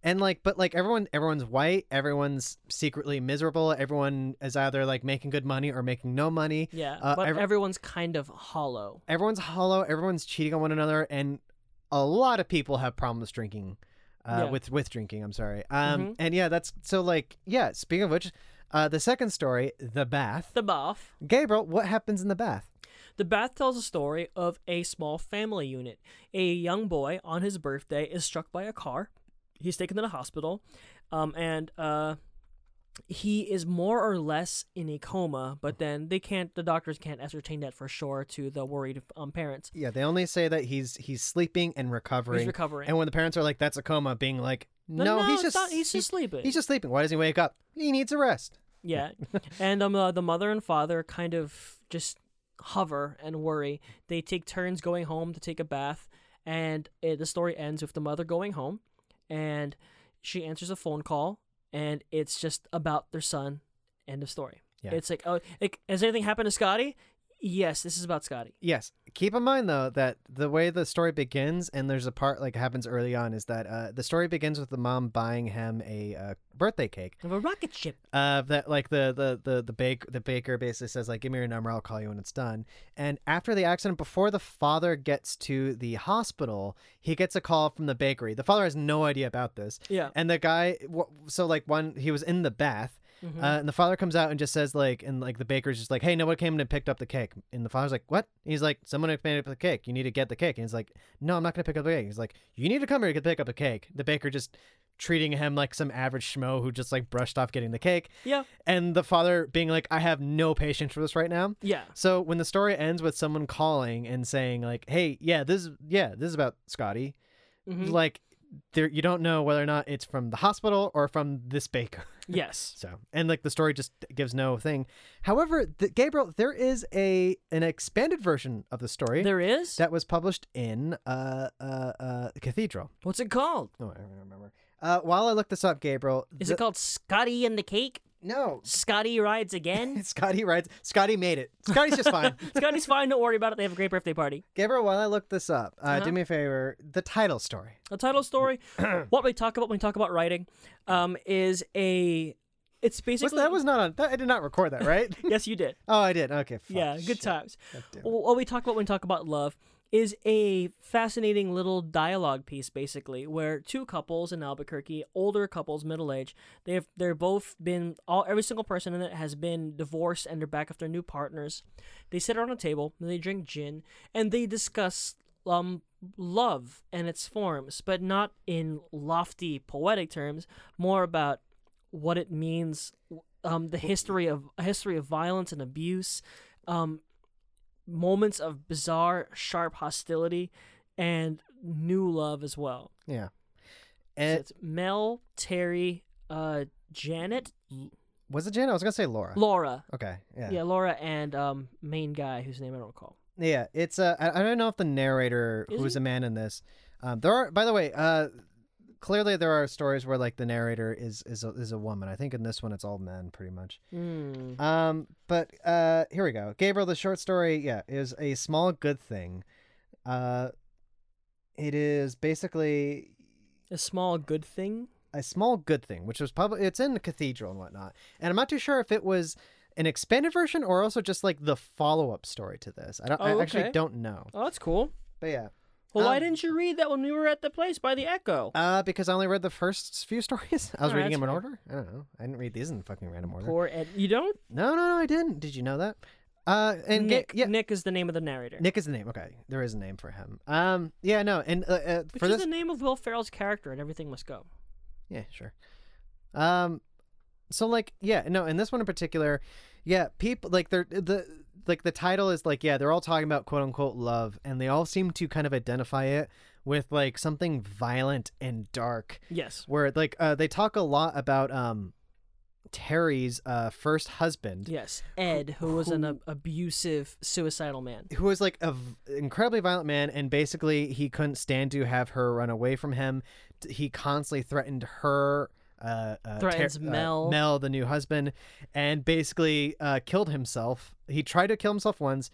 A: and like, but like everyone, everyone's white. Everyone's secretly miserable. Everyone is either like making good money or making no money.
B: Yeah,
A: Uh,
B: but
A: ev-
B: everyone's kind of hollow.
A: everyone's hollow everyone's cheating on one another and a lot of people have problems drinking uh,
B: Yeah. Mm-hmm.
A: with with drinking i'm sorry um and yeah that's so like yeah speaking of which uh the second story the bath
B: The bath.
A: gabriel what happens in the bath
B: The bath tells a story of a small family unit. A young boy on his birthday is struck by a car. He's taken to the hospital, um, and uh, he is more or less in a coma. But then they can't. The doctors can't ascertain that for sure to the worried um, parents.
A: yeah they only say that he's he's sleeping and recovering
B: He's recovering.
A: and when the parents are like that's a coma being like no, he's
B: it's
A: just
B: not- he's
A: he-
B: just sleeping.
A: he's just sleeping why doesn't he wake up he needs a rest [laughs]
B: Yeah, and um, uh, the mother and father kind of just hover and worry. They take turns going home to take a bath, and it, the story ends with the mother going home, and she answers a phone call, and it's just about their son. End of story.
A: Yeah.
B: It's like, oh, like, has anything happened to Scotty? Yes, this is about Scotty.
A: Yes. Keep in mind though that the way the story begins, and there's a part like happens early on, is that uh, the story begins with the mom buying him a uh, birthday cake.
B: Of a rocket ship.
A: Uh, that like the the the the bake the baker basically says like, "Give me your number, I'll call you when it's done." And after the accident, before the father gets to the hospital, he gets a call from the bakery. The father has no idea about this,
B: Yeah.
A: and the guy, wh- so like one, he was in the bath.
B: Mhm.
A: Uh, and the father comes out and just says like, and like the baker's just like, hey, no one came and picked up the cake. And the father's like, what? And he's like, someone picked up the cake. You need to get the cake. And he's like, no, I'm not gonna pick up the cake. He's like, you need to come here to pick up a cake. The baker just treating him like some average schmo who just like brushed off getting the cake.
B: Yeah.
A: And the father being like, I have no patience for this right now.
B: Yeah.
A: So when the story ends with someone calling and saying like, hey, yeah, this is yeah, this is about Scotty.
B: Mhm.
A: Like, there you don't know whether or not it's from the hospital or from this baker.
B: yes.
A: So, and like the story just gives no thing. However, th Gabriel, there is a an expanded version of the story
B: There is.
A: that was published in uh, uh, uh, Cathedral.
B: What's it called?
A: Oh, I don't remember. Uh, while I look this up, Gabriel,
B: Is
A: the-
B: it called Scotty and the Cake?
A: no? [laughs]
B: Scotty rides again.
A: Scotty writes. Scotty made it. Scotty's just
B: [laughs]
A: fine.
B: Scotty's fine. Don't worry about it. They have a great birthday party.
A: Gabriel, while I look this up, uh,
B: Uh-huh.
A: do me a favor. The title story.
B: The title story, what we talk about when we talk about writing, um, is a. It's
A: Was,
B: basically
A: that was not on. That, I did not record that,
B: [laughs]
A: right?
B: yes, you did.
A: oh, I did. Okay. Fuck,
B: yeah, good
A: shit.
B: times.
A: God damn it.
B: What we talk about when we talk about love is a fascinating little dialogue piece, basically, where two couples in Albuquerque, older couples, middle age, they've they're both been all every single person in it has been divorced and they're back with their new partners. They sit around a table, and they drink gin, and they discuss um love and its forms, but not in lofty poetic terms, more about what it means um the history of a history of violence and abuse um moments of bizarre sharp hostility and new love as well
A: Yeah.
B: so
A: And
B: it's mel terry uh janet
A: was it Jen? I was gonna say Laura.
B: laura
A: okay.
B: yeah. laura and um main guy whose name i don't recall
A: Yeah, it's uh, I, I don't know if the narrator
B: Is
A: who is a man in this. Um, there are, by the way, uh, clearly there are stories where like the narrator is is a, is a woman. I think in this one it's all men pretty much.
B: Hmm.
A: Um, but uh, here we go. Gabriel, the short story, yeah, is a small good thing. Uh, it is basically
B: a small good thing
A: a small good thing, which was probably it's in the cathedral and whatnot. And I'm not too sure if it was an expanded version or also just like the follow up story to this. I don't. I
B: Oh, okay.
A: actually don't know.
B: oh that's cool
A: But yeah.
B: well why
A: Um,
B: didn't you read that when we were at the place by the echo
A: Uh, because I only read the first few [laughs] stories. I was
B: Oh,
A: reading
B: that's
A: them in
B: fair.
A: order. I don't know. I didn't read these in fucking random order.
B: poor ed you don't
A: No, no, no, I didn't. Did you know that? Uh, and Ga-
B: nick
A: yeah,
B: nick is the name of the narrator
A: Nick is the name. Okay, there is a name for him. Um, yeah, no, and uh, uh,
B: Which
A: for
B: is
A: this,
B: the name of Will Ferrell's character, and everything must go.
A: yeah, sure. Um, so like, yeah, no, and this one in particular, yeah, people like they're the like the title is like, yeah, they're all talking about quote unquote love, and they all seem to kind of identify it with like something violent and dark.
B: Yes.
A: where like uh, they talk a lot about um Terry's uh, first husband,
B: Yes, Ed, who was an
A: who-
B: ab- abusive, suicidal man.
A: who was like a v- incredibly violent man, and basically he couldn't stand to have her run away from him. T- He constantly threatened her. Uh, uh,
B: Threatens Mel.
A: uh, Mel, the new husband, and basically uh, killed himself. He tried to kill himself once,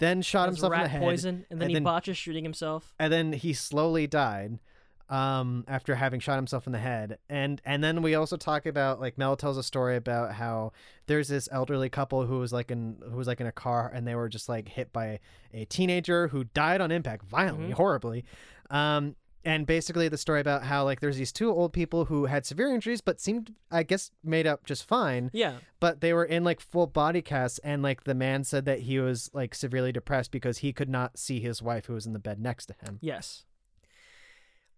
A: then shot
B: Has
A: himself in
B: rat
A: the head,
B: poison, and then
A: and
B: he
A: then-
B: botches shooting himself.
A: and then he slowly died um, after having shot himself in the head. And and then we also talk about like Mel tells a story about how there's this elderly couple who was like in who was like in a car and they were just like hit by a teenager who died on impact violently,
B: Mhm.
A: horribly. Um, and basically the story about how like there's these two old people who had severe injuries but seemed I guess made up just fine
B: Yeah,
A: but they were in like full body casts and like the man said that he was like severely depressed because he could not see his wife who was in the bed next to him
B: yes.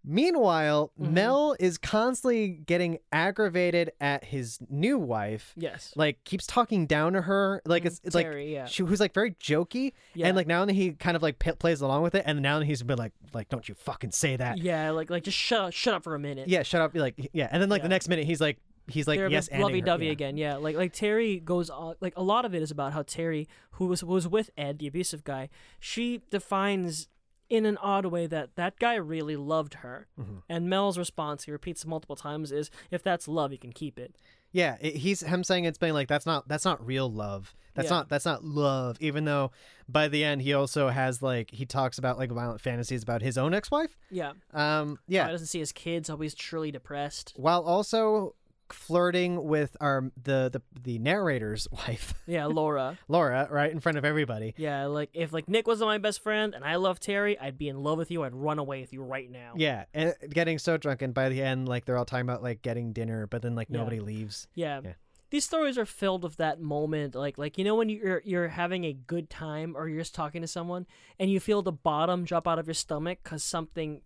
A: meanwhile
B: Mhm.
A: mel is constantly getting aggravated at his new wife
B: Yes.
A: like keeps talking down to her like it's, it's like
B: Mm-hmm. Terry, yeah.
A: she who's like very jokey
B: yeah.
A: and like now and then he kind of like p- plays along with it and now he's been like like don't you fucking say that yeah,
B: yeah, like like just shut up, shut up for a minute.
A: shut up like yeah and then like
B: Yeah.
A: the next minute he's like he's like
B: They're a bit
A: yes and
B: lovey-dovey
A: yeah.
B: again. Yeah, like like Terry goes on. Like a lot of it is about how Terry, who was was with Ed, the abusive guy, she defines in an odd way that that guy really loved her.
A: Mm-hmm.
B: And Mel's response, he repeats multiple times, is if that's love, you can keep it.
A: Yeah, it, he's him saying it's been like that's not that's not real love. That's
B: Yeah.
A: not that's not love. Even though by the end he also has like he talks about like violent fantasies about his own ex-wife.
B: Yeah.
A: Um,
B: yeah.
A: yeah,
B: doesn't see his kids. How he's truly depressed.
A: while also flirting with our the the, the narrator's [laughs] wife
B: Yeah, Laura.
A: Laura right in front of everybody.
B: yeah, like if like Nick wasn't my best friend and I love Terry, I'd be in love with you. I'd run away with you right now.
A: Yeah, and getting so drunk, and by the end, like they're all talking about like getting dinner, but then like
B: Yeah.
A: nobody leaves.
B: Yeah.
A: Yeah.
B: These stories are filled with that moment, like like you know when you're you're having a good time or you're just talking to someone and you feel the bottom drop out of your stomach because something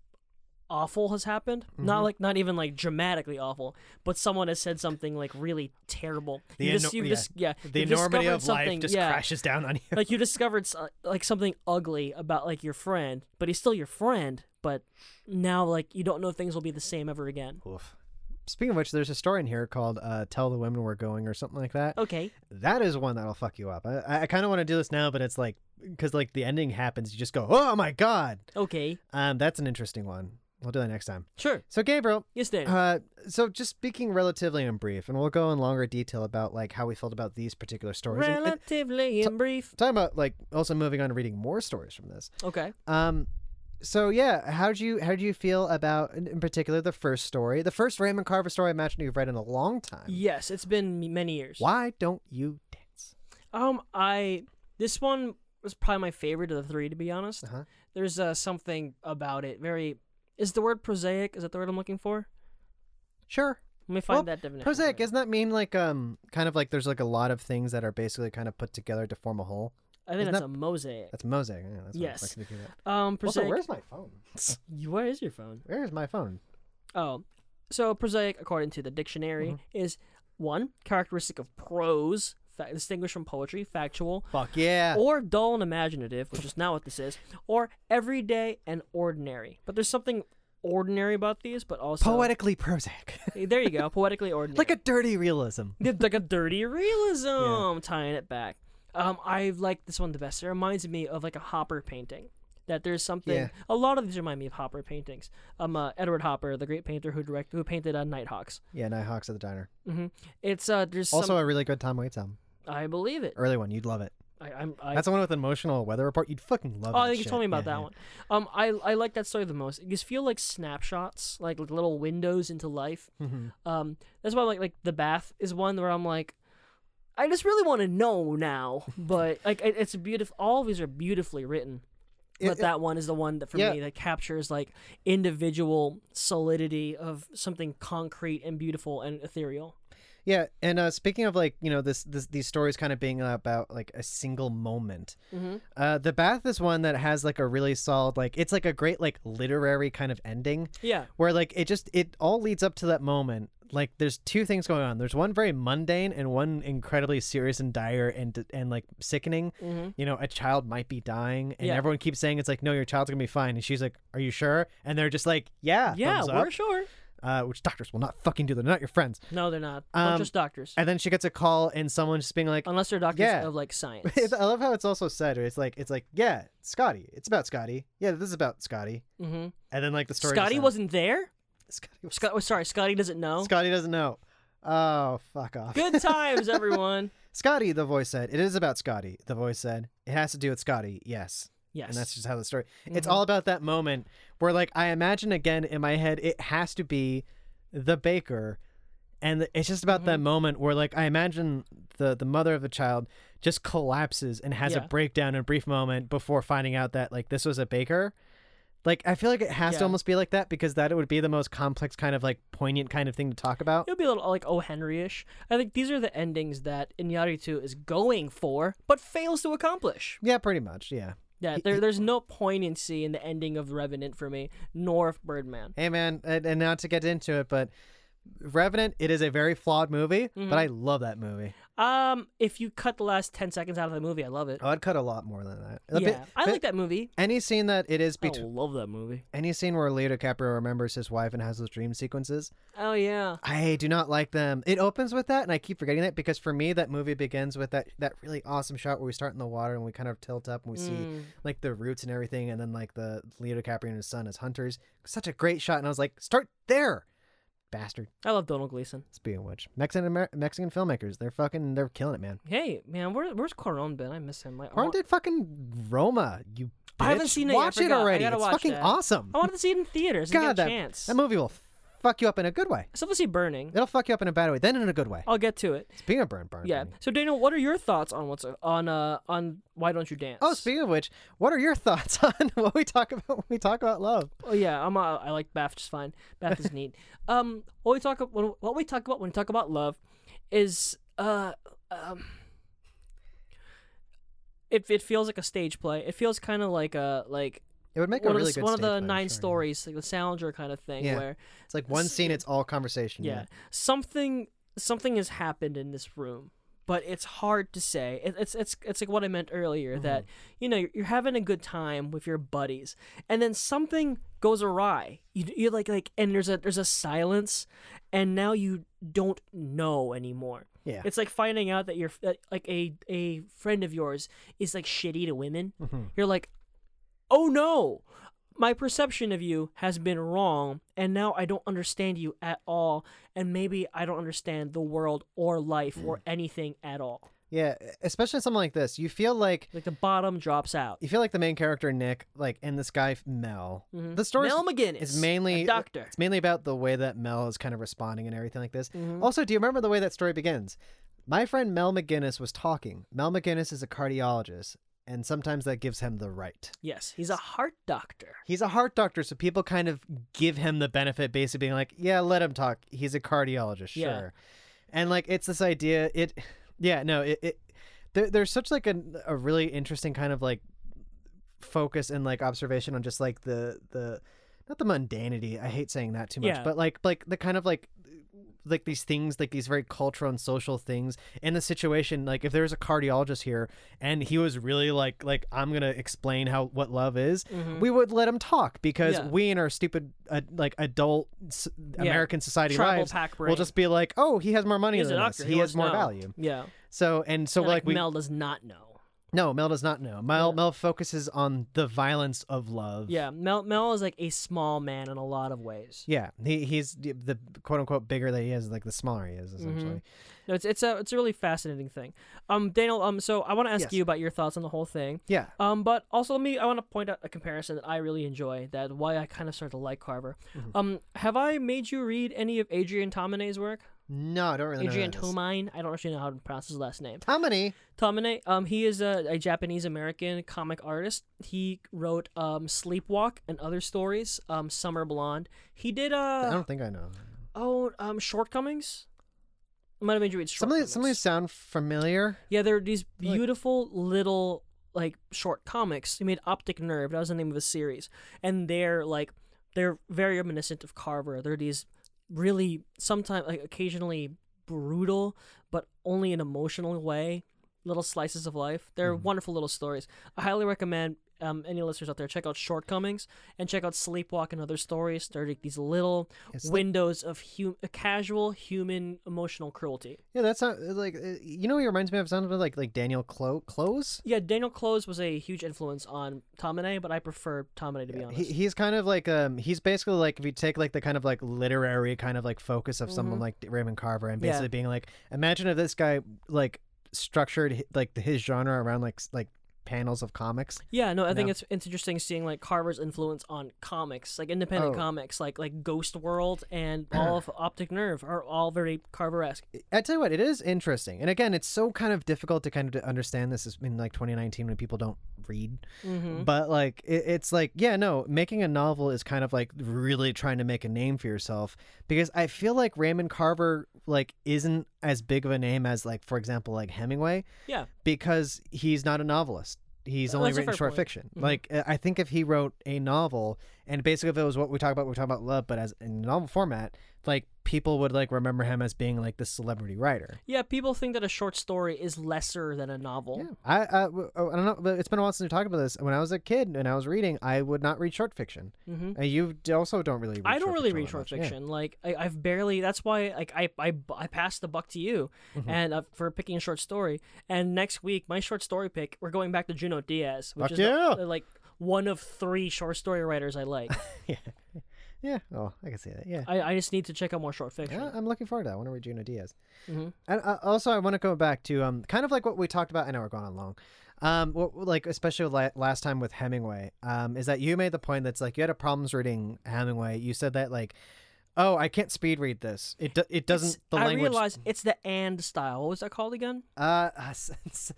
B: awful has happened.
A: Mm-hmm.
B: Not like not even like dramatically awful, but someone has said something like really terrible.
A: The
B: you
A: eno-
B: just, you
A: yeah.
B: just yeah.
A: The
B: you've
A: enormity
B: discovered
A: of life
B: something-
A: just
B: yeah.
A: crashes down on you. [laughs]
B: like you discovered so- like something ugly about like your friend, but he's still your friend, but now like you don't know if things will be the same ever again.
A: Oof. Speaking of which, there's a story in here called uh, "Tell the Women We're Going" or something like that.
B: Okay.
A: That is one that'll fuck you up. I, I kind of want to do this now, but it's like because like the ending happens, you just go, "Oh my god!"
B: Okay.
A: Um, that's an interesting one. We'll do that next time.
B: Sure.
A: So Gabriel,
B: Yes, Daniel.
A: uh, so just speaking relatively in brief, and we'll go in longer detail about like how we felt about these particular stories. and- and
B: Relatively in brief.
A: talking about like also moving on to reading more stories from this.
B: Okay.
A: Um, so yeah, how do you how do you feel about in, in particular the first story, the first Raymond Carver story I imagine you've read in a long time?
B: Yes, it's been m- many years.
A: Why don't you dance?
B: Um, I this one was probably my favorite of the three, to be honest.
A: Uh-huh.
B: There's uh, something about it. Very is the word prosaic? Is that the word I'm looking for?
A: Sure.
B: Let me find
A: Well,
B: that definition.
A: Prosaic,
B: for you.
A: doesn't that mean like um kind of like there's like a lot of things that are basically kind of put together to form a whole?
B: I think
A: isn't
B: that's
A: that-
B: a mosaic.
A: That's mosaic. Yeah, that's what I was
B: Yes.
A: thinking about.
B: Um,
A: Also,
B: prosaic.
A: where's my phone?
B: You- where is your phone?
A: Where's my phone?
B: Oh, so prosaic, according to the dictionary,
A: Mm-hmm.
B: is one characteristic of prose, fa- distinguished from poetry, factual,
A: Fuck yeah.
B: or dull and imaginative, which is not what this is, or everyday and ordinary. But there's something ordinary about these, but also
A: Poetically prosaic.
B: [laughs]
A: [laughs]
B: There you go, poetically ordinary,
A: like a dirty realism.
B: Yeah, like a dirty realism, tying it back. Um, I like this one the best. It reminds me of like a Hopper painting. That there's something.
A: Yeah.
B: A lot of these remind me of Hopper paintings. Um, uh, Edward Hopper, the great painter who directed, who painted uh, Nighthawks.
A: Yeah, Nighthawks at the Diner.
B: hmm It's uh, there's
A: Also
B: some.
A: a really good Tom Waits album.
B: I believe it.
A: Early one, you'd love it.
B: I, I'm. I,
A: That's the one with emotional weather report. You'd fucking love
B: Oh,
A: that
B: I think you
A: shit.
B: told me about
A: Yeah,
B: that
A: yeah.
B: one. Um, I I like that story the most. You just feel like snapshots, like, like little windows into life.
A: Mhm.
B: Um, that's why like like the bath is one where I'm like, I just really want to know now.
A: [laughs]
B: But like it, it's beautiful. All of these are beautifully written.
A: It-
B: But
A: it-
B: that one is the one that for
A: Yeah.
B: me that captures like individual solidity of something concrete and beautiful and ethereal.
A: Yeah, and uh, speaking of like you know this, this these stories kind of being about like a single moment.
B: Mhm.
A: Uh, the bath is one that has like a really solid like it's like a great like literary kind of ending
B: Yeah.
A: where like it just it all leads up to that moment. Like there's two things going on. There's one very mundane and one incredibly serious and dire and and like sickening.
B: Mhm.
A: You know, a child might be dying, and
B: Yeah.
A: everyone keeps saying it's like, no, your child's gonna be fine, and she's like, are you sure? And they're just like, yeah,
B: Yeah.
A: thumbs up.
B: We're sure.
A: uh, which doctors will not fucking do. They're not your friends.
B: No, they're not. Bunch
A: Um,
B: of just doctors.
A: And then she gets a call, and someone's just being like,
B: Unless they're doctors
A: yeah.
B: of like science.
A: I love how [laughs] it's also said. It's like, it's like, yeah, Scotty. It's about Scotty. Yeah, this is about Scotty.
B: hmm
A: And then like the story. just
B: Scotty
A: ends.
B: wasn't there?
A: Scotty,
B: [laughs]
A: was-
B: Scott, oh, sorry, Scotty doesn't know.
A: [laughs] Scotty doesn't know. Oh, fuck off.
B: Good times, everyone.
A: Scotty, the voice said. It is about Scotty, the voice said. It has to do with Scotty, yes.
B: Yes.
A: And that's just how the story. It's
B: Mhm.
A: all about that moment where, like, I imagine again in my head, it has to be the baker. And it's just about
B: Mm-hmm.
A: that moment where, like, I imagine the, the mother of the child just collapses and has
B: Yeah.
A: a breakdown in a brief moment before finding out that, like, this was a baker. Like, I feel like it has
B: Yeah.
A: to almost be like that because that would be the most complex, kind of like poignant kind of thing to talk about.
B: It would be a little like O. Henry ish. I think these are the endings that Inyaritu is going for, but fails to accomplish.
A: Yeah, pretty much. Yeah.
B: Yeah, there, there's no poignancy in the ending of Revenant for me, nor of Birdman.
A: Hey man, and, and not to get into it, but Revenant, it is a very flawed movie,
B: Mm-hmm.
A: but I love that movie.
B: Um, if you cut the last ten seconds out of the movie, I love it.
A: Oh, I'd cut a lot more than that. A
B: yeah,
A: bit-
B: I
A: bit-
B: like Oh. that movie.
A: any scene that it is
B: I
A: between
B: love that movie.
A: any scene where Leo DiCaprio remembers his wife and has those dream sequences.
B: Oh yeah,
A: I do not like them. It opens with that, and I keep forgetting that because for me, that movie begins with that that really awesome shot where we start in the water and we kind of tilt up and we
B: Mm.
A: see like the roots and everything, and then like the Leo DiCaprio and his son as hunters. Such a great shot, and I was like, start there, bastard.
B: I love Donald Gleason.
A: Speaking of which, Mexican Amer- Mexican filmmakers, they're fucking, they're killing it, man.
B: Hey man, where, where's Coron been? I miss him. I, I,
A: Aren't
B: want,
A: did fucking Roma? You,
B: I haven't
A: bitch.
B: seen it yet, I
A: Watch it
B: forgot. I
A: already.
B: gotta
A: It's
B: watch
A: fucking
B: that.
A: awesome.
B: I wanted to see it in theaters. I
A: God,
B: didn't get a
A: that
B: chance.
A: that movie will fuck you up in a good way.
B: I still see Burning.
A: It'll fuck you up in a bad way, then in a good way.
B: I'll get to it.
A: Speaking of burn, burn.
B: Oh. Yeah.
A: Burn.
B: So Daniel, what are your thoughts on what's on uh on Why Don't You Dance?
A: Oh, speaking of which, what are your thoughts [laughs] on what we talk about when we talk about love?
B: Oh yeah, I'm uh, I like Bath just fine.
A: [laughs]
B: Bath is neat. Um, what we talk when, what we talk about when we talk about love is uh um. It, it feels like a stage play. It feels kind of like a like
A: It would make
B: one
A: a really
B: of the,
A: good
B: one of
A: stage
B: the
A: play,
B: nine
A: sure.
B: stories, like the Salinger kind of thing,
A: Yeah.
B: where
A: It's like one scene, it's all conversation.
B: yeah, something something has happened in this room, but it's hard to say. It, it's it's it's like what I meant earlier
A: Mm-hmm.
B: that you know you're, you're having a good time with your buddies, and then something goes awry. You you like like and there's a there's a silence, and now you don't know anymore.
A: Yeah.
B: It's like finding out that you're that, like a a friend of yours is like shitty to women.
A: Mm-hmm.
B: You're like, oh no, my perception of you has been wrong, and now I don't understand you at all, and maybe I don't understand the world or life
A: Mm.
B: or anything at all.
A: yeah. e, Especially something like this, you feel like
B: Like the bottom drops out.
A: you feel like the main character Nick, like, and this guy Mel. The story
B: Mm-hmm. Mel McGinnis,
A: It's mainly
B: a doctor.
A: It's mainly about the way that Mel is kind of responding and everything like this. Also, do you remember the way that story begins? My friend Mel McGinnis was talking. Mel McGinnis is a cardiologist, and sometimes that gives him the right.
B: Yes, he's a heart doctor.
A: He's a heart doctor, so people kind of give him the benefit, basically being like, "Yeah, let him talk. He's a cardiologist, sure."
B: Yeah.
A: And like, it's this idea. It, yeah, no, it. it there, there's such like a a really interesting kind of like focus and like observation on just like the the not the mundanity. I hate saying that too much,
B: Yeah.
A: but like like the kind of like like these things like these very cultural and social things and the situation like if there was a cardiologist here and he was really like like i'm gonna explain how what love is we would let him talk because
B: Mm-hmm. Yeah.
A: we in our stupid uh, like adult s- american society
B: Tribal
A: lives
B: pack
A: will
B: brain.
A: just be like oh he has more money
B: He's a
A: than us
B: doctor.
A: he, has
B: must
A: more
B: know.
A: value
B: Yeah.
A: so and so
B: And,
A: like,
B: like,
A: we
B: Mel does not know.
A: no mel does not know mel mel focuses on the violence of love
B: Yeah, Mel Mel is like a small man in a lot of ways.
A: yeah he, he's the- the quote unquote bigger that he is like the smaller he is
B: Mm-hmm.
A: essentially
B: No, it's it's a it's a really fascinating thing. Um, Daniel. Um, so I want to ask
A: Yes.
B: you about your thoughts on the whole thing.
A: yeah
B: Um, but also let me I want to point out a comparison that I really enjoy that why I kind of started to like Carver.
A: Mm-hmm.
B: Um, have I made you read any of Adrian Tominay's work?
A: no i don't really
B: Adrian
A: know who that
B: Tomine. I don't actually know how to pronounce his last name.
A: is. how many
B: Tomine. Um, he is a, a Japanese American comic artist. He wrote um Sleepwalk and other stories. Um, Summer Blonde. He did
A: i
B: uh
A: don't think i know
B: oh um Shortcomings. I might have made you read
A: some of
B: Shortcomings.
A: these some of these sound familiar
B: Yeah, there are these
A: Like-
B: beautiful little like short comics. They made Optic Nerve. That was the name of the series, and they're like they're very reminiscent of Carver. They're these really sometimes like occasionally brutal, but only an emotional way. Little slices of life. They're wonderful little stories. I highly recommend um, any listeners out there, check out Shortcomings and check out Sleepwalk and other stories. They're like these little
A: It's-
B: windows of hum- casual human emotional cruelty.
A: Yeah, that's not like uh, you know. He reminds me of sounds like like Daniel Clo- Close.
B: Yeah, Daniel Close was a huge influence on Tomine, but I prefer Tomine to be honest.
A: He, he's kind of like um he's basically like if you take like the kind of like literary kind of like focus of someone like Raymond Carver and
B: Mm-hmm. Yeah.
A: basically being like imagine if this guy like structured hi- like his genre around like s- like panels of comics.
B: yeah, no, I think
A: No.
B: it's it's interesting seeing like Carver's influence on comics, like independent
A: Oh.
B: comics, like like Ghost World
A: [clears throat]
B: and all of Optic Nerve are all very Carver-esque.
A: I tell you what, it is interesting. And again, it's so kind of difficult to kind of to understand this is in like 2019 when people don't read.
B: Mm-hmm.
A: But like, it, it's like, yeah, no, making a novel is kind of like really trying to make a name for yourself because I feel like Raymond Carver like isn't as big of a name as like, for example, like Hemingway.
B: Yeah.
A: Because he's not a novelist. He's
B: Oh,
A: only
B: that's a
A: written
B: fair
A: short
B: point.
A: fiction.
B: Mhm.
A: Like uh, I I think if he wrote a novel, and basically if it was what we talk about, we talk about love, but as in novel format, like people would like remember him as being like this celebrity writer.
B: Yeah, people think that a short story is lesser than a novel.
A: Yeah, I, I w- I don't know. But it's been a while since we talked about this. When I was a kid and I was reading, I would not read short fiction.
B: Mm-hmm.
A: Uh, you d- also don't really. read
B: I don't
A: short
B: really
A: fiction all
B: read
A: that
B: short
A: much. Yeah.
B: fiction. Like I, I've barely. That's why like I I, bu- I passed the buck to you,
A: Mhm.
B: and uh, for picking a short story. And next week, my short story pick, we're going back to Juno Diaz, which
A: Fuck
B: is
A: yeah!
B: the- like one of three short story writers
A: [laughs]
B: I like.
A: Yeah. Oh, I can see that. Yeah.
B: I, I just need to check out more short fiction.
A: Yeah, I'm looking forward to that. I want to read Juno Diaz.
B: Mhm.
A: And uh, also, I want to go back to um, kind of like what we talked about. I know we're going on long. Um, what, like especially la- last time with Hemingway, um, is that you made the point that's like you had a problems reading Hemingway. You said that like, oh, I can't speed read this. It do- it doesn't
B: It's-
A: the
B: I
A: language.
B: realize it's the and style. What was that called again?
A: Uh, [laughs] uh, s- s-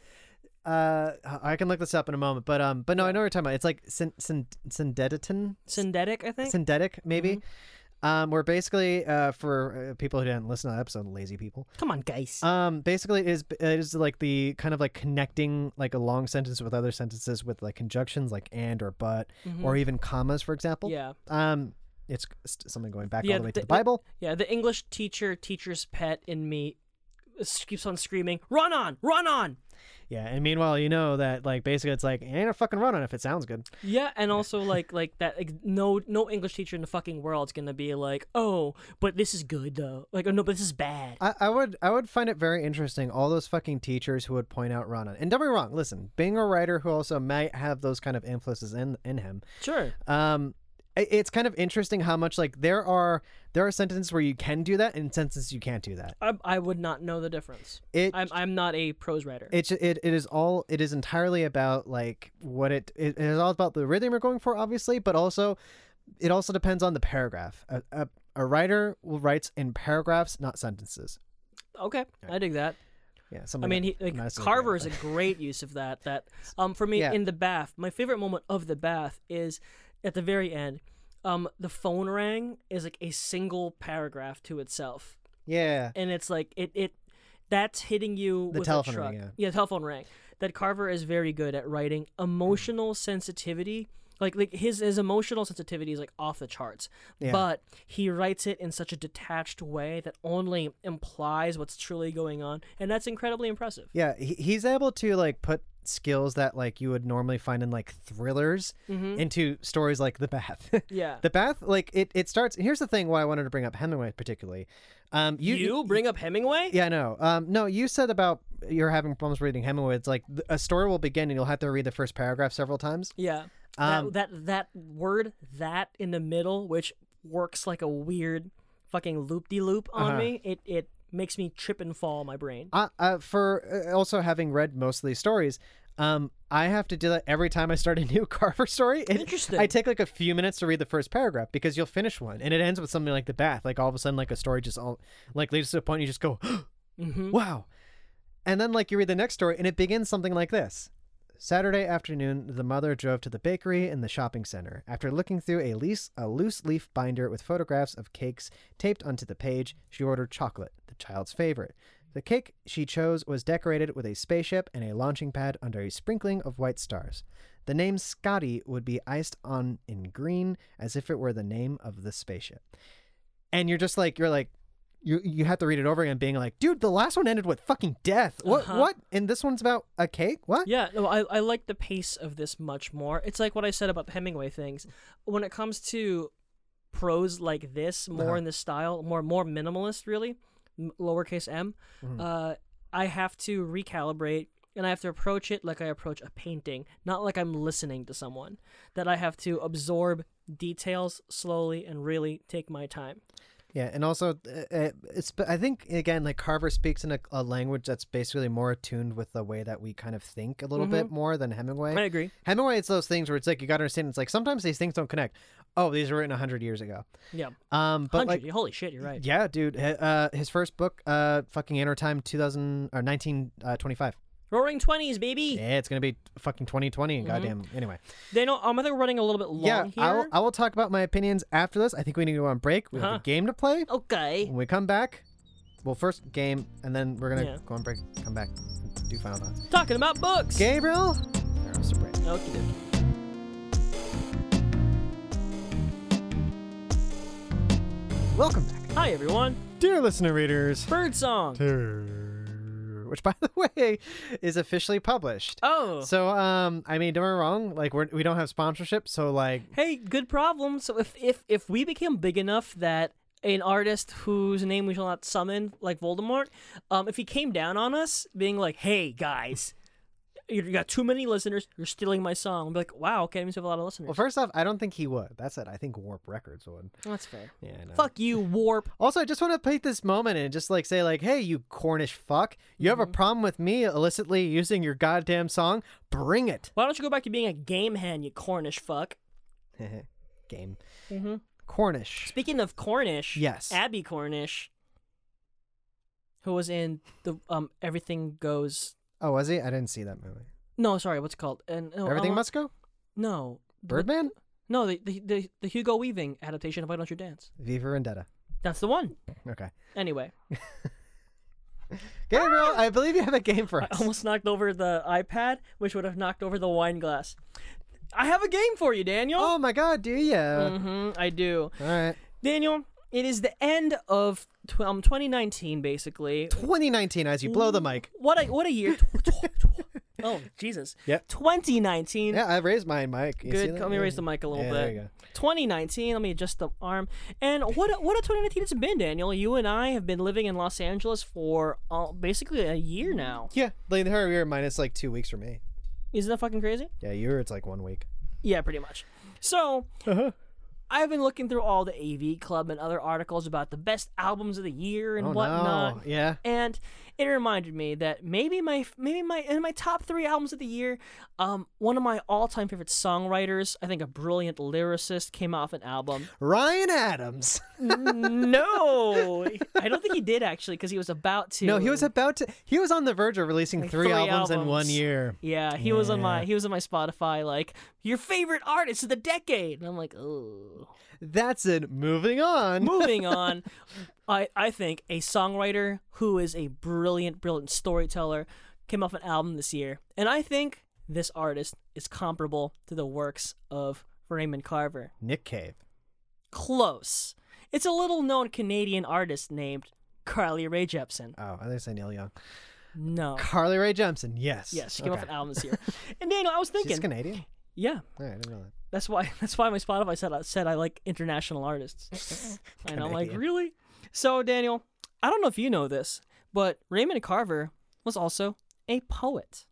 A: uh, I can look this up in a moment, but um, but no, I know what you're talking about. It's like syn- syn- syndediton,
B: Syndetic, I think.
A: syndetic maybe.
B: Mm-hmm.
A: Um, where basically, uh, for uh, people who didn't listen to that episode, lazy people.
B: Come on, guys.
A: Um, basically, it is it is like the kind of like connecting like a long sentence with other sentences with like conjunctions like and or but
B: Mhm.
A: or even commas, for example.
B: yeah,
A: Um, it's st- something going back
B: Yeah,
A: all the way to
B: the-
A: the Bible.
B: yeah. The English teacher, teacher's pet in me, s- keeps on screaming, "Run on, run on!"
A: Yeah, and meanwhile, you know that like basically it's like ain't a fucking run on if it sounds good.
B: Yeah, and also like like that like, no no English teacher in the fucking world's gonna be like, oh, but this is good though. Like, oh no, but this is bad.
A: I, I would I would find it very interesting all those fucking teachers who would point out Ronan. And don't be wrong, listen, being a writer who also might have those kind of influences in in him,
B: sure.
A: um, i- it's kind of interesting how much like there are there are sentences where you can do that and sentences you can't do that.
B: I, I would not know the difference.
A: It
B: I'm I'm not a prose writer.
A: it's it, it is all it is entirely about like what it, it it is all about the rhythm you're going for obviously but also it also depends on the paragraph a, a, a writer will writes in paragraphs not sentences
B: okay, I dig that.
A: yeah
B: I
A: something
B: mean, he,
A: that-
B: like,
A: not necessarily
B: Carver
A: great,
B: is
A: but-
B: a great use of that. That um for me
A: Yeah.
B: in the bath, my favorite moment of the bath is at the very end. Um, the phone rang is like a single paragraph to itself.
A: yeah
B: and it's like it it that's hitting you
A: The
B: with
A: telephone
B: a truck.
A: ring, yeah.
B: telephone ring. That Carver is very good at writing emotional sensitivity. Like like his his emotional sensitivity is like off the charts.
A: Yeah.
B: But he writes it in such a detached way that only implies what's truly going on, and that's incredibly impressive.
A: Yeah, he, he's able to like put skills that like you would normally find in like thrillers
B: Mm-hmm.
A: into stories like The Bath. [laughs]
B: Yeah.
A: the Bath, like it, it starts. Here's the thing: why I wanted to bring up Hemingway particularly. Um, you,
B: you, bring up Hemingway?
A: yeah, no, um, no, you said about you're having problems reading Hemingway. It's like th- a story will begin and you'll have to read the first paragraph several times.
B: Yeah.
A: Um,
B: that, that that word that in the middle, which works like a weird fucking loop de loop on
A: Uh-huh.
B: me, it it makes me trip and fall my brain.
A: Uh, uh, for uh, also having read most of these stories, um, I have to do that every time I start a new [laughs] Carver story. It-
B: Interesting.
A: I take like a few minutes to read the first paragraph because you'll finish one and it ends with something like the bath. Like all of a sudden, like a story just all like leads to a point you just go, [gasps]
B: Mm-hmm.
A: wow. And then like you read the next story and it begins something like this. Saturday afternoon, the mother drove to the bakery and the shopping center. After looking through a loose, a loose leaf binder with photographs of cakes taped onto the page, she ordered chocolate, the child's favorite. The cake she chose was decorated with a spaceship and a launching pad under a sprinkling of white stars. The name Scotty would be iced on in green as if it were the name of the spaceship. And you're just like, you're like, you you have to read it over again, being like, dude, the last one ended with fucking death. What
B: Uh-huh.
A: what? And this one's about a cake. What?
B: Yeah, no, I, I like the pace of this much more. It's like what I said about the Hemingway things. When it comes to prose like this, more
A: Uh-huh.
B: in this style, more more minimalist, really, m- lowercase m,
A: Mhm.
B: uh, I have to recalibrate and I have to approach it like I approach a painting, not like I'm listening to someone. That I have to absorb details slowly and really take my time.
A: Yeah, and also, uh, uh, it's. but I think again, like Carver speaks in a, a language that's basically more attuned with the way that we kind of think a little bit more than Hemingway.
B: Mm-hmm. I agree.
A: Hemingway, it's those things where it's like you got to understand. It's like sometimes these things don't connect. Oh, these were written hundred years ago.
B: Yeah,
A: Um, but
B: hundred.
A: like,
B: holy shit, you're right.
A: yeah, dude, h- uh, his first book, uh, fucking Inner Time, two thousand or nineteen uh, twenty five.
B: Roaring twenties, baby.
A: Yeah, it's gonna be fucking twenty twenty and
B: Mhm.
A: goddamn. Anyway,
B: They know. Um, I think we're running a little bit long
A: yeah,
B: here.
A: I will, I will talk about my opinions after this. I think we need to go on break. We
B: Huh.
A: have a game to play.
B: Okay.
A: When we come back, well, first game, and then we're gonna
B: Yeah.
A: go on break. Come back, do final thoughts.
B: Talking about books.
A: Gabriel, Or else a break.
B: Okie dokie.
A: Welcome back,
B: Hi everyone.
A: dear listener readers.
B: Birdsong.
A: Which, by the [laughs] way, is officially published.
B: Oh.
A: So, um, I mean, don't get me wrong. Like, we're, we don't have sponsorship, so like,
B: hey, good problem. So if if if we became big enough that an artist whose name we shall not summon, like Voldemort, um, if he came down on us, being like, "Hey guys, you you got too many listeners. You're stealing my song." We'd be like, "Wow, okay, that means we have a lot of listeners."
A: well, first off, I don't think he would. That's it. I think Warp Records would.
B: That's fair.
A: Yeah. I know.
B: Fuck you, Warp.
A: Also, I just want to paint this moment and just like say, like, hey, you Cornish fuck, you have a problem with me illicitly using your goddamn song? Bring it.
B: Why don't you go back to being a game hen, you Cornish fuck?
A: [laughs] Game.
B: Mm-hmm.
A: Cornish.
B: Speaking of Cornish,
A: Yes.
B: Abby Cornish, who was in the um Everything Goes
A: Oh, was he? I didn't see that movie.
B: No, sorry, what's it called? And no,
A: Everything
B: um,
A: must go.
B: no the-
A: Birdman.
B: No, the, the the the Hugo Weaving adaptation of Why Don't You Dance.
A: Viva Vendetta.
B: That's the one.
A: Okay.
B: Ah! Anyway,
A: Gabriel, I believe you have a game for
B: I
A: us.
B: almost knocked over the iPad, which would have knocked over the wine glass. I have a game for you, Daniel.
A: Oh my god, do you?
B: hmm I do,
A: All right.
B: Daniel. It is the end of tw- um 2019, basically.
A: 2019 as you blow the mic.
B: What a what a year! Tw- tw- tw-
A: [laughs]
B: oh Jesus!
A: Yep.
B: 2019.
A: Yeah, I raised my mic. You see
B: Good.
A: that?
B: Let me
A: Yeah.
B: raise the mic a little
A: Yeah,
B: bit.
A: there you go.
B: 2019. Let me adjust the arm. And what a, what a 2019 it's been, Daniel. You and I have been living in Los Angeles for uh, basically a year now.
A: Yeah, like the entire year minus like two weeks for me.
B: Isn't that fucking crazy?
A: Yeah, you're it's like one week.
B: Yeah, pretty much. So
A: Uh-huh.
B: I've been looking through all the AV Club and other articles about the best albums of the year and
A: Oh
B: whatnot.
A: no. Yeah.
B: and it reminded me that maybe my maybe my in my top three albums of the year, um, one of my all time favorite songwriters, I think a brilliant lyricist, came off
A: [laughs]
B: an album.
A: Ryan
B: [laughs]
A: Adams.
B: no, I don't think he did actually, because he was about to.
A: No, he was about to. He was on the verge of releasing three,
B: three
A: albums, in one
B: albums.
A: year.
B: Yeah, he was on my
A: Yeah.
B: he was on my Spotify like your favorite artist of the decade, and I'm like, oh.
A: That's it. Moving on.
B: Moving on, I I think a songwriter who is a brilliant, brilliant storyteller came off an album this year, and I think this artist is comparable to the works of Raymond Carver.
A: Nick Cave.
B: Close. It's a little known Canadian artist named Carly Rae Jepsen.
A: Oh, I think I said Neil Young.
B: No.
A: Carly Rae Jepsen. Yes.
B: Yes, she came off
A: Okay.
B: an album this year. And Daniel, I was
A: She's
B: thinking,
A: Canadian.
B: yeah,
A: All right, I didn't know that.
B: That's why. [laughs] That's why my Spotify said I said I like international artists, and I'm like,
A: Canadian.
B: really? So Daniel, I don't know if you know this, but Raymond Carver was also a poet.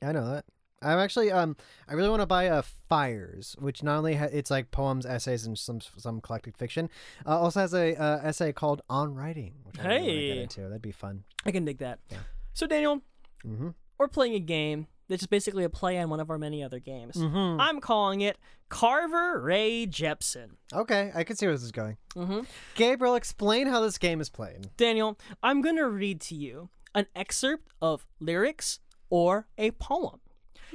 A: I know that. I'm actually um I really want to buy uh Fires, which not only ha- it's like poems, essays, and some some collected fiction, uh, also has a uh, essay called On Writing, which I really want to
B: Hey.
A: get into. That'd be fun.
B: I can dig that. So Daniel,
A: Mm-hmm.
B: we're playing a game that's just basically a play on one of our many other games.
A: Mhm.
B: I'm calling it Carver Ray Jepsen.
A: Okay, I can see where this is going.
B: Mm-hmm.
A: Gabriel, explain how this game is played.
B: Daniel, I'm going to read to you an excerpt of lyrics or a poem.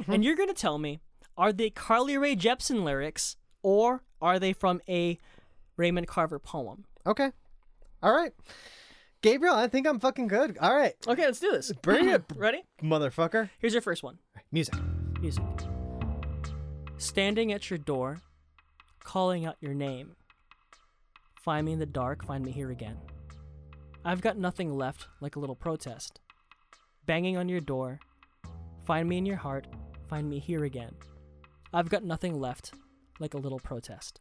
B: And you're going to tell me are they Carly Rae Jepsen lyrics or are they from a Raymond Carver poem?
A: Okay, all right, Gabriel, I think I'm fucking good. All right,
B: Okay, let's do this.
A: Bring it.
B: Ready?
A: motherfucker,
B: Here's your first one.
A: music.
B: Music. Standing at your door, calling out your name. Find me in the dark, find me here again. I've got nothing left like a little protest. Banging on your door. Find me in your heart. Find me here again. I've got nothing left like a little protest.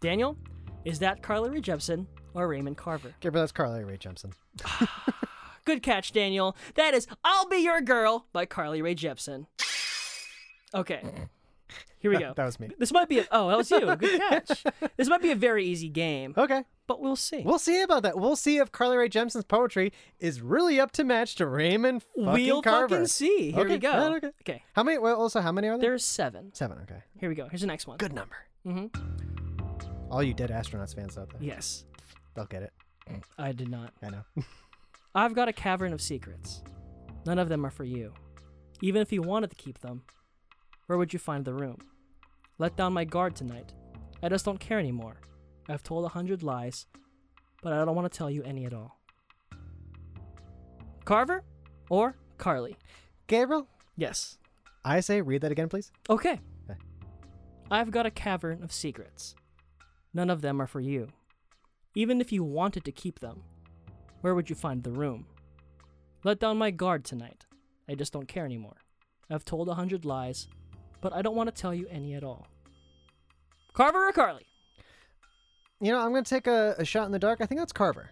B: Daniel, is that Carly Rae Jepsen or Raymond Carver?
A: Okay, but that's Carly Rae Jepsen.
B: Good catch, Daniel. That is I'll Be Your Girl by Carly Rae Jepsen. Okay. Here we go.
A: [laughs] that was me.
B: This might be a, oh, that was
A: [laughs]
B: you. Good catch. This might be a very easy game,
A: Okay.
B: but we'll see.
A: Oh. We'll see about that. We'll see if Carly Rae Jepsen's poetry is really up to match to Raymond fucking
B: We'll
A: Carver.
B: fucking see. Here
A: Okay,
B: we go.
A: yeah, okay.
B: okay.
A: How many? Well, also, how many are there?
B: There's seven.
A: Seven. Okay.
B: Here we go. Here's the next one.
A: Good number.
B: hmm
A: All you dead astronauts fans out there,
B: Yes.
A: they'll get it.
B: I did not.
A: I
B: [laughs]
A: know.
B: I've got a cavern of secrets. None of them are for you. Even if you wanted to keep them, where would you find the room? Let down my guard tonight. I just don't care anymore. I've told a hundred lies, but I don't want to tell you any at all. Carver or Carly?
A: Gabriel,
B: Yes.
A: I say read that again, please.
B: Okay.
A: Okay.
B: I've got a cavern of secrets. None of them are for you. Even if you wanted to keep them, where would you find the room? Let down my guard tonight. I just don't care anymore. I've told a hundred lies, but I don't want to tell you any at all. Carver or Carly?
A: You know, I'm gonna take a, a shot in the dark. I think that's Carver.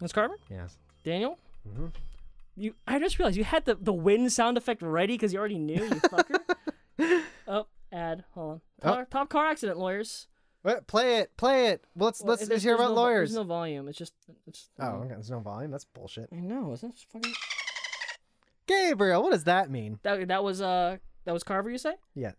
B: That's Carver.
A: Yes.
B: Daniel?
A: hmm
B: You, I just realized you had the, the wind sound effect ready because you already knew, you fucker. oh, ad. Hold on.
A: Oh.
B: Top, top car accident, lawyers.
A: What? Play it. Play it. Well, let's
B: Well,
A: let's,
B: there's-
A: let's hear
B: there's
A: about
B: no vo-
A: lawyers.
B: There's no volume. It's just. um, It's,
A: Oh, okay. There's no volume. That's bullshit.
B: I know. Isn't it fucking?
A: Gabriel, what does that mean?
B: That that was uh that was Carver. You say?
A: Yeah.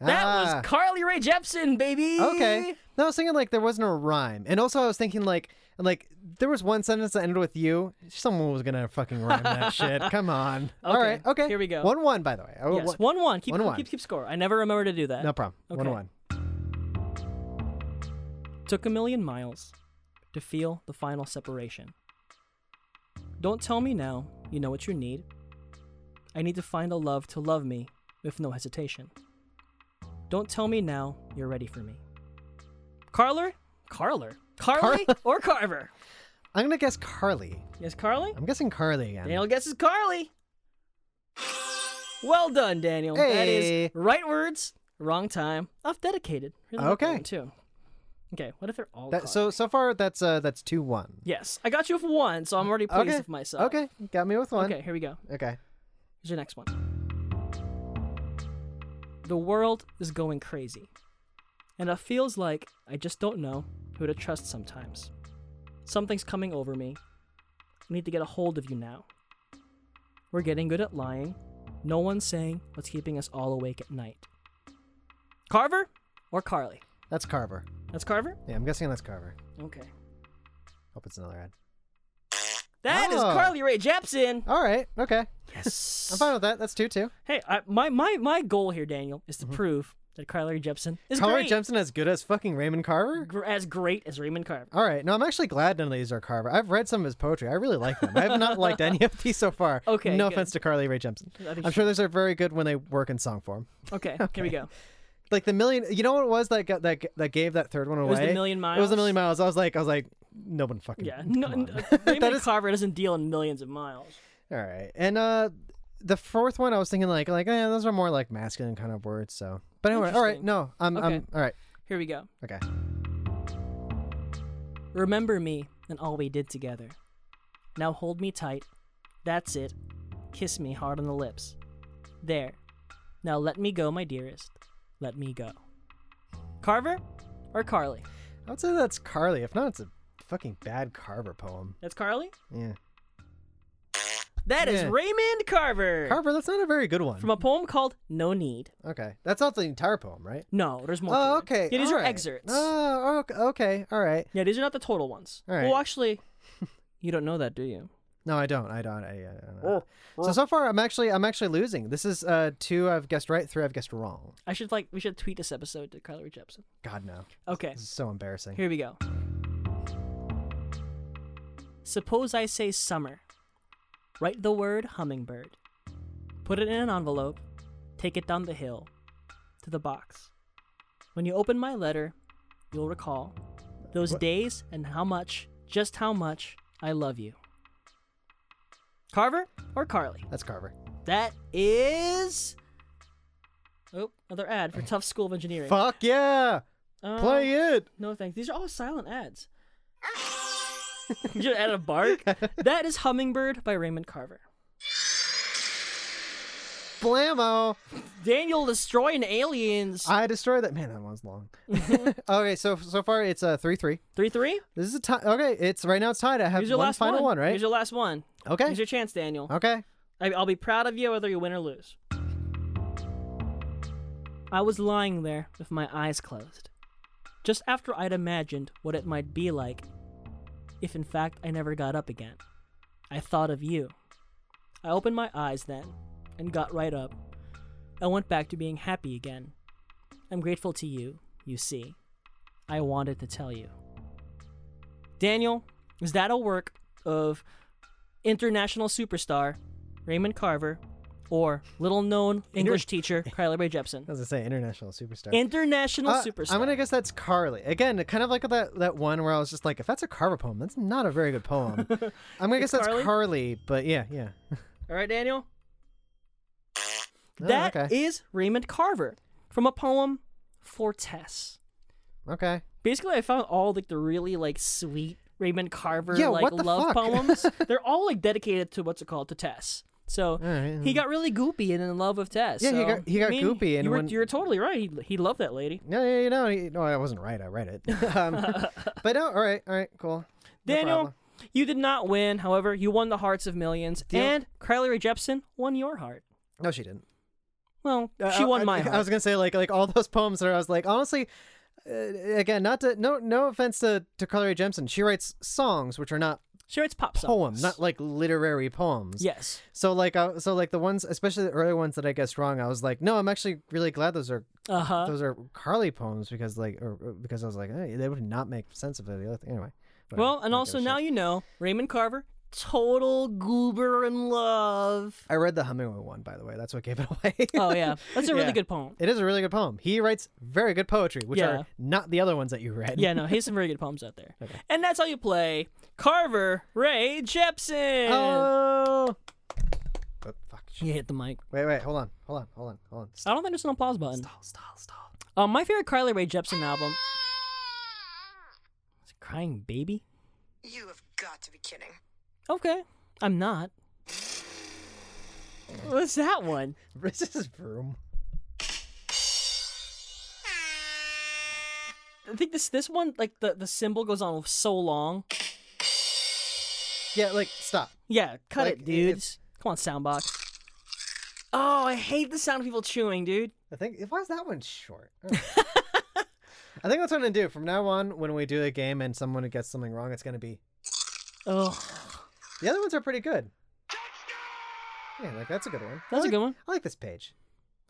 B: That
A: Ah.
B: was Carly Rae Jepsen, baby. [laughs]
A: Okay. No, I was thinking like there wasn't a rhyme, and also I was thinking like like there was one sentence that ended with "you." Someone was gonna fucking rhyme
B: [laughs]
A: that shit. Come on. All
B: Okay,
A: right. Okay.
B: here we go.
A: One one, by the way. Oh,
B: Yes.
A: one-
B: One one. Keep
A: One, one.
B: keep keep score. I never remember to do that.
A: No problem. One
B: Okay.
A: one.
B: Took a million miles to feel the final separation. Don't tell me now. You know what you need. I need to find a love to love me with no hesitation. Don't tell me now. You're ready for me. Carler, Carler, Carly,
A: Carl-
B: or Carver.
A: I'm gonna guess Carly.
B: Yes, Carly.
A: I'm guessing Carly again.
B: Daniel guesses Carly. Well done, Daniel. That is
A: Hey.
B: right words, wrong time. I've dedicated. Really like that
A: Okay.
B: one, Too. Okay. What if they're all
A: That,
B: Carly?
A: so so far that's uh that's two one.
B: Yes, I got you with one, so I'm already pleased
A: okay.
B: with myself.
A: Okay. Got me with one.
B: Okay. Here we go.
A: Okay.
B: Here's your next one. The world is going crazy. And it feels like I just don't know who to trust sometimes. Something's coming over me. I need to get a hold of you now. We're getting good at lying. No one's saying what's keeping us all awake at night. Carver or Carly?
A: That's Carver.
B: That's Carver?
A: Yeah, I'm guessing that's Carver.
B: Okay.
A: Hope it's another ad.
B: that is
A: Oh.
B: Carly Ray Jepsen.
A: All right. Okay.
B: Yes.
A: I'm fine with that. That's two two.
B: Hey, I, my, my, my goal here, Daniel, is to prove that Carly Rae Jepsen is
A: Carly
B: great.
A: Jepsen as good as fucking Raymond Carver.
B: gr- as great as Raymond Carver.
A: All right. No, I'm actually glad none of these are Carver. I've read some of his poetry. I really like them. I have not liked any of these so far.
B: [laughs] Okay,
A: No
B: good.
A: offense to Carly Rae Jepsen.
B: I think
A: I'm sure those are very good when they work in song form.
B: Okay,
A: [laughs]
B: here we go.
A: Like the million. You know what it was that got, that that gave that third one away?
B: was the Million
A: It was a
B: Miles?
A: million miles. I was like, I was like, no one fucking.
B: Yeah,
A: come
B: no,
A: on.
B: n- uh,
A: [laughs]
B: Raymond
A: That is-
B: Carver doesn't deal in millions of miles.
A: All right. And uh, the fourth one, I was thinking like like eh, those are more like masculine kind of words. So, but anyway, all right.
B: Interesting.
A: No, I'm
B: Okay.
A: I'm all right.
B: Here we go.
A: Okay.
B: Remember me and all we did together. Now hold me tight. That's it. Kiss me hard on the lips. There. Now let me go, my dearest. Let me go. Carver or Carly?
A: I would say that's Carly. If not, it's a fucking bad Carver poem.
B: That's Carly.
A: Yeah.
B: That is
A: Yeah.
B: Raymond Carver.
A: Carver, that's not a very good one.
B: from a poem called No Need.
A: Okay, that's not the entire poem, right?
B: No, there's more.
A: Oh,
B: to it.
A: okay.
B: Yeah, these
A: all
B: are
A: right.
B: excerpts.
A: Oh, ok- okay. All right.
B: Yeah, these are not the total ones.
A: All right.
B: Well, actually, [laughs] you don't know that, do you?
A: No, I don't. I don't. I, I don't
B: Oh,
A: know. So so far, I'm actually I'm actually losing. This is uh two I've guessed right, three I've guessed wrong.
B: I should like we should tweet this episode to Carly Rae Jepsen.
A: God no.
B: Okay,
A: This is so embarrassing.
B: here we go. Suppose I say summer. Write the word hummingbird. Put it in an envelope. Take it down the hill to the box. When you open my letter, you'll recall those
A: What?
B: days and how much just how much I love you. Carver or Carly?
A: That's Carver.
B: That is. Oh, another ad for Tough School of Engineering.
A: Fuck yeah!
B: Um,
A: Play it!
B: No thanks. These are all silent ads. [laughs] Just add
A: [laughs]
B: a bark. that is Hummingbird by Raymond Carver.
A: Blammo!
B: Daniel destroying aliens.
A: I destroyed that. Man, that one's long.
B: Mm-hmm.
A: [laughs] okay, so so far it's uh, 3 3.
B: Three three.
A: This is a tie. Okay, it's right now it's tied. I have
B: Here's your
A: one
B: last
A: final one, right?
B: Here's your last one.
A: okay.
B: Here's your chance, Daniel.
A: okay.
B: I, I'll be proud of you whether you win or lose. I was lying there with my eyes closed, just after I'd imagined what it might be like if, in fact, I never got up again. I thought of you. I opened my eyes then and got right up. I went back to being happy again. I'm grateful to you, you see. I wanted to tell you. Daniel, is that a work of international superstar Raymond Carver or little known English teacher Kyler Ray Jepsen?
A: I was going to say international superstar.
B: International
A: Uh,
B: superstar.
A: I'm gonna guess that's Carly again. Kind of like that that one where I was just like, if that's a Carver poem, that's not a very good
B: [laughs]
A: poem. I'm gonna guess that's
B: Carly?
A: Carly? but yeah, yeah.
B: All right, Daniel.
A: Oh,
B: That is
A: okay.
B: Raymond Carver from a poem for Tess.
A: Okay.
B: Basically, I found all like the really like sweet Raymond Carver
A: Yeah,
B: like
A: what the
B: love
A: fuck? [laughs]
B: poems. They're all like dedicated to what's it called to Tess. So
A: right, um,
B: he got really goopy and in love with Tess.
A: Yeah, he
B: so,
A: got- he got
B: I mean,
A: goopy and
B: you were,
A: when-
B: you were totally right. He, he loved that lady.
A: No, yeah, you know, you- no, I wasn't right. I read
B: [laughs]
A: it. [laughs] um, but no, all right, all right, cool. No
B: Daniel,
A: problem.
B: you did not win. However, you won the hearts of millions,
A: Deal.
B: and Kylie Rae Jepsen won your heart.
A: No, she didn't.
B: Well,
A: Uh,
B: she
A: I-
B: won
A: I,
B: my
A: [laughs] I
B: heart.
A: was gonna say like like all those poems that I was like honestly. Uh, again, not to no no offense to to Carly Rae Jepsen, she writes songs which are not
B: She writes pop songs.
A: poems, not like literary poems.
B: yes.
A: So like uh, so like the ones, especially the early ones that I guessed wrong, I was like, no, I'm actually really glad those are
B: Uh huh.
A: those are Carly poems because like or, or because I was like, hey, they would not make sense of it. The other thing. Anyway. whatever.
B: Well, and
A: Don't
B: also
A: give a
B: now
A: shit.
B: you know Raymond Carver, total goober in love.
A: I read the Hemingway one, by the way. That's what gave it [laughs] away.
B: Oh yeah, that's a really
A: Yeah.
B: good poem.
A: It is a really good poem. He writes very good poetry, which
B: Yeah.
A: are not the other ones that you read.
B: Yeah, no, he's some very good poems out there. And that's how you play Carver Ray
A: [laughs]
B: Jepsen.
A: Oh. Oh, fuck. shit.
B: you hit the mic.
A: Wait, wait, hold on, hold on, hold on, hold on.
B: I don't think there's an applause button.
A: Stall, stall, stall.
B: Um, my favorite Carly Ray Jepsen album. Is it Crying Baby.
C: You have got to be kidding.
B: Okay, I'm not. What's that one?
A: [laughs] This is room.
B: I think this this one like the the symbol goes on so long.
A: Yeah, like stop.
B: Yeah, cut
A: Like,
B: it,
A: it-
B: dudes. Come on, soundbox. Oh, I hate the sound of people chewing, dude.
A: I think why is that one
B: [laughs]
A: short? I don't know. I think that's what I'm gonna do from now on. When we do a game and someone gets something wrong, it's gonna be
B: Ugh,
A: the other ones are pretty good. Yeah, like that's a good one. I
B: that's a
A: like-
B: good one.
A: I like this page.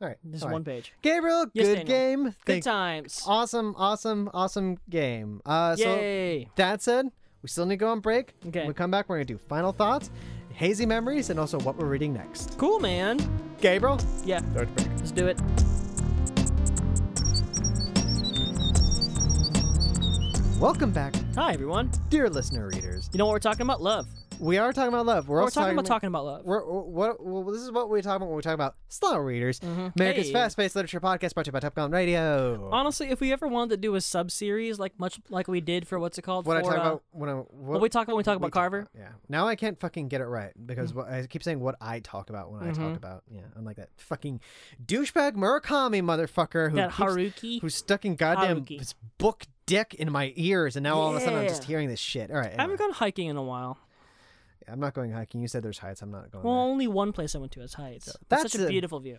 A: All right,
B: This is
A: all right.
B: one page.
A: Gabriel,
B: Yes,
A: good
B: Daniel.
A: game.
B: Good
A: Thank-
B: times.
A: Awesome, awesome, awesome game. Uh, so
B: Yay!
A: that said, we still need to go on break.
B: Okay.
A: When we come back, we're gonna do final thoughts, hazy memories, and also what we're reading next.
B: Cool, man.
A: Gabriel,
B: Yeah, let's do it.
A: welcome back,
B: Hi, everyone.
A: dear listener readers.
B: You know what we're talking about? Love.
A: We are talking about love. We're,
B: We're
A: also
B: talking about talking about love.
A: We're, we're- what well, this is what we talk about when we talk about slow readers. America's
B: Mm-hmm. Hey.
A: fast-paced literature podcast brought to you by Top Gun Radio.
B: Honestly, if we ever wanted to do a sub series, like much like we did for what's it called?
A: what I
B: for,
A: talk
B: uh,
A: about when I what,
B: What we talk about when we talk about Carver? Mm-hmm.
A: about, yeah. Now I can't fucking get it right because what, I keep saying what I talk about when I talk about. Yeah, I'm like that fucking douchebag Murakami motherfucker who
B: That
A: keeps-
B: Haruki.
A: who's stuck in goddamn
B: Haruki.
A: his book dick in my ears, and now all of a sudden I'm just
B: Yeah.
A: hearing this shit. All right,
B: I
A: anyway.
B: haven't gone hiking in a while.
A: I'm not going hiking. You said there's heights. I'm not going.
B: Well,
A: there.
B: only one place I went to is Heights. It's
A: Oh, that's
B: such a
A: a-
B: beautiful view.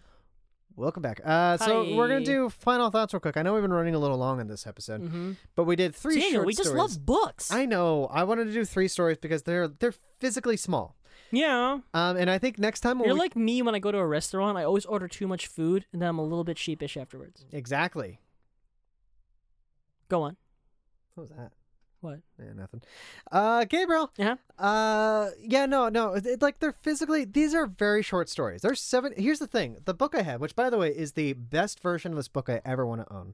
A: Welcome back. Uh, so we're
B: Hi.
A: gonna do final thoughts real quick. I know we've been running a little long in this episode, but we did three
B: Mm-hmm. Daniel,
A: short
B: we just
A: stories.
B: love books.
A: I know. I wanted to do three stories because they're they're physically small.
B: yeah.
A: Um, and I think next time we'll
B: You're like me when I go to a restaurant. I always order too much food, and then I'm a little bit sheepish afterwards.
A: exactly.
B: Go on.
A: What was that?
B: What?
A: Yeah, nothing. Uh, Gabriel.
B: Yeah.
A: Uh, yeah, no, no. It, it- like they're physically. These are very short stories. There's seven. Here's the thing. The book I have, which by the way is the best version of this book I ever want to own.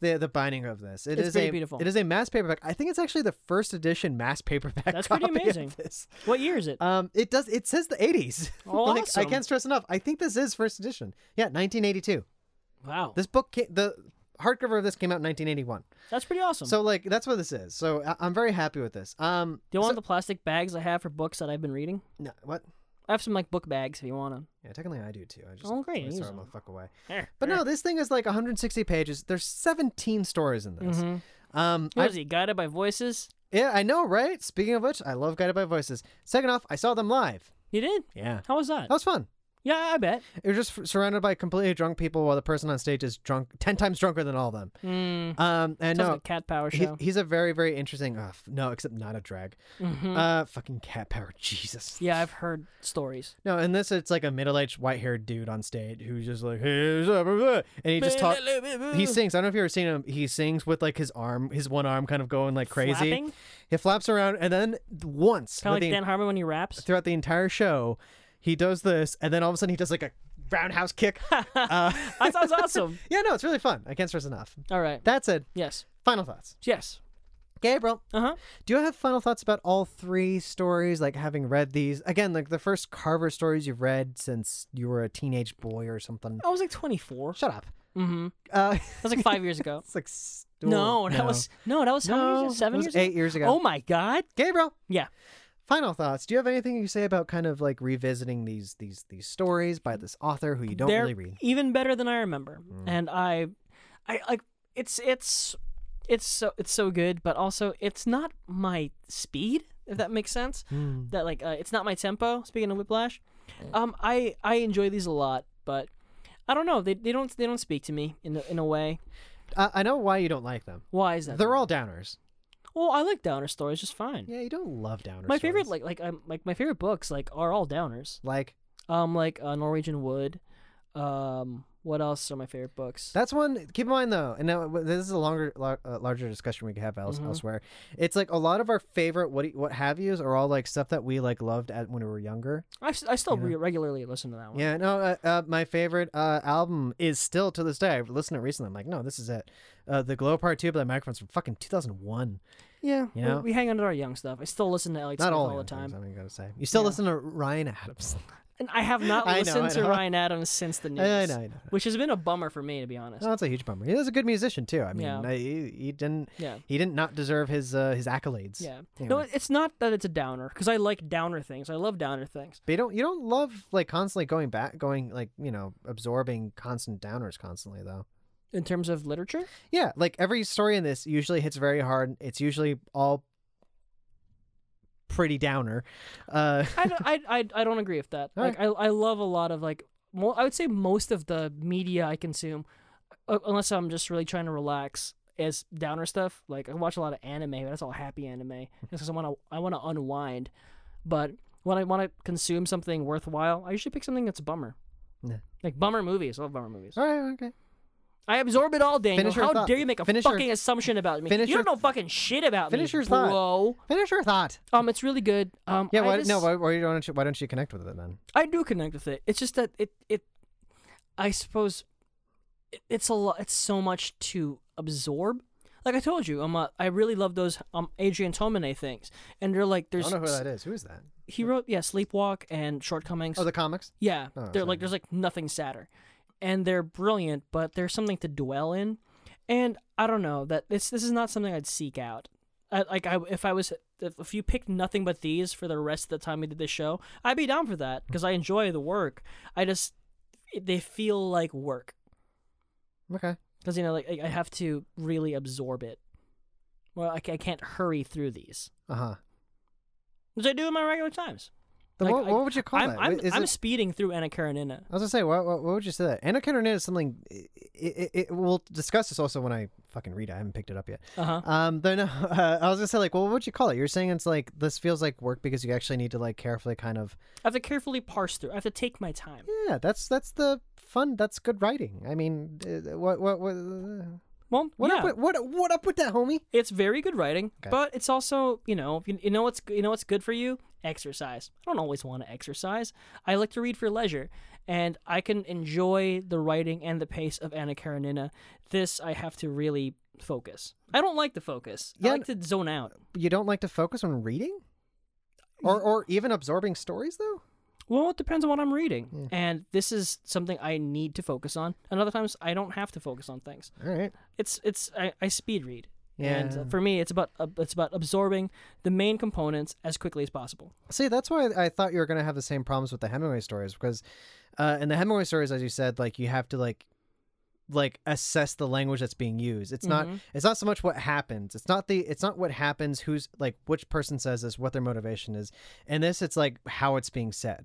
A: the the binding of this. It
B: It's
A: is
B: pretty
A: a
B: beautiful.
A: it is a mass paperback. I think it's actually the first edition mass paperback.
B: That's pretty
A: copy of
B: amazing.
A: this.
B: What year is it?
A: Um, it does. It says the eighties. [laughs] I
B: Oh, Awesome.
A: can't stress enough. I think this is first edition. Yeah, 1982.
B: wow,
A: This book, ca- the hardcover of this came out in 1981.
B: that's pretty awesome.
A: So like that's what this is. So I- I'm very happy with this. Um,
B: do you
A: so-
B: want the plastic bags I have for books that I've been reading?
A: no, what?
B: I have some like book bags if you want them.
A: Yeah, technically I do too. I just
B: Oh, great,
A: always
B: use
A: throw them
B: them.
A: the fuck away. But no, this thing is like 160 pages. There's 17 stories in this.
B: Mhm.
A: Um,
B: What
A: I,
B: is he guided by voices?
A: yeah, I know, right? Speaking of which, I love Guided by Voices. Second off, I saw them live.
B: You did?
A: Yeah, Oh.
B: How was
A: that
B: that?
A: was fun.
B: Yeah,
A: [laughs]
B: I bet.
A: You're just f- surrounded by completely drunk people while the person on stage is drunk, ten times drunker than all of them.
B: Mm,
A: Um, and
B: sounds like
A: no,
B: a cat power
A: he,
B: show.
A: he's a very, very interesting. Uh, f- no, except not a drag.
B: Mhm.
A: Uh, fucking cat power, [laughs] Jesus.
B: yeah, I've heard stories.
A: No, in this, it's like a middle-aged white-haired dude on stage who's just like, "Here's up," and he just talks.
B: Mm.
A: He sings. I don't know if you ever seen him. He sings with like his arm, his one arm, kind of going like crazy.
B: Flapping?
A: He flaps around, and then once
B: Kind of like
A: the-
B: Dan Harmon when
A: [laughs]
B: he raps.
A: throughout the entire show, he does this, and then all of a sudden he does like a roundhouse kick. uh,
B: [laughs]
A: [laughs]
B: that sounds awesome.
A: yeah, no, it's really fun. I can't stress enough.
B: All right.
A: That's it.
B: Yes.
A: Final thoughts,
B: Yes.
A: Gabriel.
B: Uh huh.
A: Do you have final thoughts about all three stories? Like having read these again, like the first Carver stories you've read since you were a teenage boy or something.
B: I was like 24.
A: Shut up.
B: Mm-hmm.
A: Uh,
B: Oh, That was
A: [laughs]
B: like five years [laughs] ago.
A: it's like s-
B: No, that was no, that was how many
A: No,
B: years? ago? Seven
A: it was
B: years.
A: eight
B: ago?
A: years ago.
B: Oh my god.
A: Gabriel.
B: Yeah.
A: Final thoughts. Do you have anything you say about kind of like revisiting these these these stories by this author who you don't Mm.
B: They're
A: really read?
B: even better than I remember. And I, I like it's it's it's so it's so good, but also it's not my speed. If that makes sense,
A: Hmm.
B: that like uh, it's not my tempo. Speaking of Whiplash,
A: Mm.
B: um, I I enjoy these a lot, but I don't know. They, they don't they don't speak to me in a, in a way.
A: I, I know why you don't like them.
B: Why is that?
A: They're all downers.
B: well, I like downer stories just fine.
A: Yeah, you don't love downers.
B: my favorite like like um, like my favorite books like are all downers.
A: like
B: Um, like uh, Norwegian Wood. Um, what else are my favorite books?
A: That's one. Keep in mind though, and now w- this is a longer, lar- uh, larger discussion we could have
B: Mm-hmm.
A: else, elsewhere. It's like a lot of our favorite what what have yous are all like stuff that we like loved at when we were younger.
B: I, s- I still re- regularly listen to that one.
A: Yeah, no, uh, uh, my favorite uh, album is still to this day. I've listened to it recently. I'm like, no, this is it. Uh, the Glow Part Two by the Microphones from fucking 2001.
B: yeah.
A: You know?
B: We, we hang on to our young stuff. I still listen to Elliot
A: Not
B: Smith
A: all,
B: all the time,
A: I mean, gotta say, you still
B: Yeah.
A: listen to Ryan Adams. [laughs]
B: and I have not
A: I know,
B: listened
A: I
B: to
A: know.
B: Ryan Adams since the news.
A: [laughs] I know, I know.
B: Which has been a bummer for me, to be honest.
A: Oh, that's a huge bummer. He was a good musician too. I mean,
B: Yeah.
A: I- he, he didn't.
B: Yeah.
A: He didn't not deserve his uh, his accolades.
B: yeah.
A: you
B: No,
A: know.
B: it's not that it's a downer because I like downer things. I love downer things.
A: But you don't you don't love like constantly going back, going like you know absorbing constant downers constantly though.
B: In terms of literature,
A: Yeah, like every story in this usually hits very hard. It's usually all pretty downer. Uh, [laughs]
B: I don't, I, I, I don't agree with that.
A: All
B: like I, I love a lot of like mo- I would say most of the media I consume, uh, unless I'm just really trying to relax, is downer stuff. Like I watch a lot of anime, but that's all happy anime.
A: Hmm.
B: Just because I want to I want to unwind. But when I want to consume something worthwhile, I usually pick something that's a bummer.
A: Yeah.
B: Like bummer movies. I love bummer movies.
A: all right, okay.
B: I absorb it all, Daniel.
A: Finish your
B: How
A: thought.
B: dare you make a
A: Finish your-
B: fucking assumption about me?
A: finish
B: You don't
A: your-
B: know fucking shit about
A: finish
B: me,
A: your thought.
B: bro.
A: Finish your thought.
B: Um, it's really good. Um,
A: Yeah,
B: I
A: why,
B: just...
A: no, why, why don't you why don't you connect with it then?
B: I do connect with it. It's just that it it I suppose it, it's a lot. It's so much to absorb. Like I told you, um, uh, I really love those um Adrian Tomine things, and they're like
A: I
B: there's
A: don't know who that is. Who is that?
B: he wrote yeah Sleepwalk and Shortcomings.
A: Oh, the comics.
B: yeah,
A: Oh,
B: they're
A: sorry.
B: like there's like nothing sadder, and they're brilliant, but there's something to dwell in, and I don't know that this this is not something I'd seek out. I, like I if I was if, if you picked nothing but these for the rest of the time we did this show, I'd be down for that because I enjoy the work. I just they feel like work
A: Okay.
B: because you know like I- I have to really absorb it. Well, I, ca- I can't hurry through these,
A: Uh huh.
B: which I do in my regular times.
A: Then
B: Like,
A: what,
B: I-
A: what would you call
B: I'm,
A: that?
B: I'm,
A: Is
B: I'm
A: it-
B: speeding through Anna Karenina.
A: I was gonna say, what, what, what would you say that? Anna Karenina is something. It, it, it, we'll discuss this also when I fucking read it. I haven't picked it up yet.
B: Uh huh.
A: Um, then [laughs] uh, I was gonna say, like, well, what would you call it? You're saying it's like this feels like work because you actually need to like carefully kind of.
B: I have to carefully parse through. I have to take my time.
A: Yeah, that's that's the fun. That's good writing. I mean, uh, what what what uh,
B: Well,
A: what
B: yeah,
A: up with, what what up with that, homie?
B: it's very good writing,
A: Okay.
B: but it's also you know you, you know what's you know what's good for you. Exercise. I don't always want to exercise. I like to read for leisure, and I can enjoy the writing and the pace of Anna Karenina. This I have to really focus. I don't like to focus.
A: Yeah,
B: I like to zone out.
A: You don't like to focus on reading, or or even absorbing stories though.
B: Well, it depends on what I'm reading, and this is something I need to focus on. And other times I don't have to focus on things.
A: All right.
B: It's it's I, I speed read. And uh,
A: Yeah.
B: for me, it's about uh, it's about absorbing the main components as quickly as possible.
A: See, that's why I thought you were gonna have the same problems with the Hemingway stories because, uh, in the Hemingway stories, as you said, like you have to like, like assess the language that's being used. It's
B: Mm-hmm.
A: not. It's not so much what happens. It's not the. It's not what happens. Who's like which person says this. What their motivation is. In this, it's like how it's being said.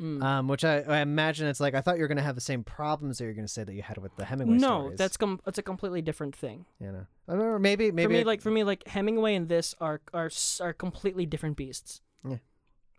B: Mm.
A: Um, which I, I imagine it's like I thought you were gonna have the same problems that you're gonna say that you had with the Hemingway
B: no,
A: stories.
B: that's com- that's a completely different thing.
A: you know. I remember maybe maybe
B: for me,
A: I-
B: like for me, like Hemingway and this are are s- are completely different beasts.
A: Yeah.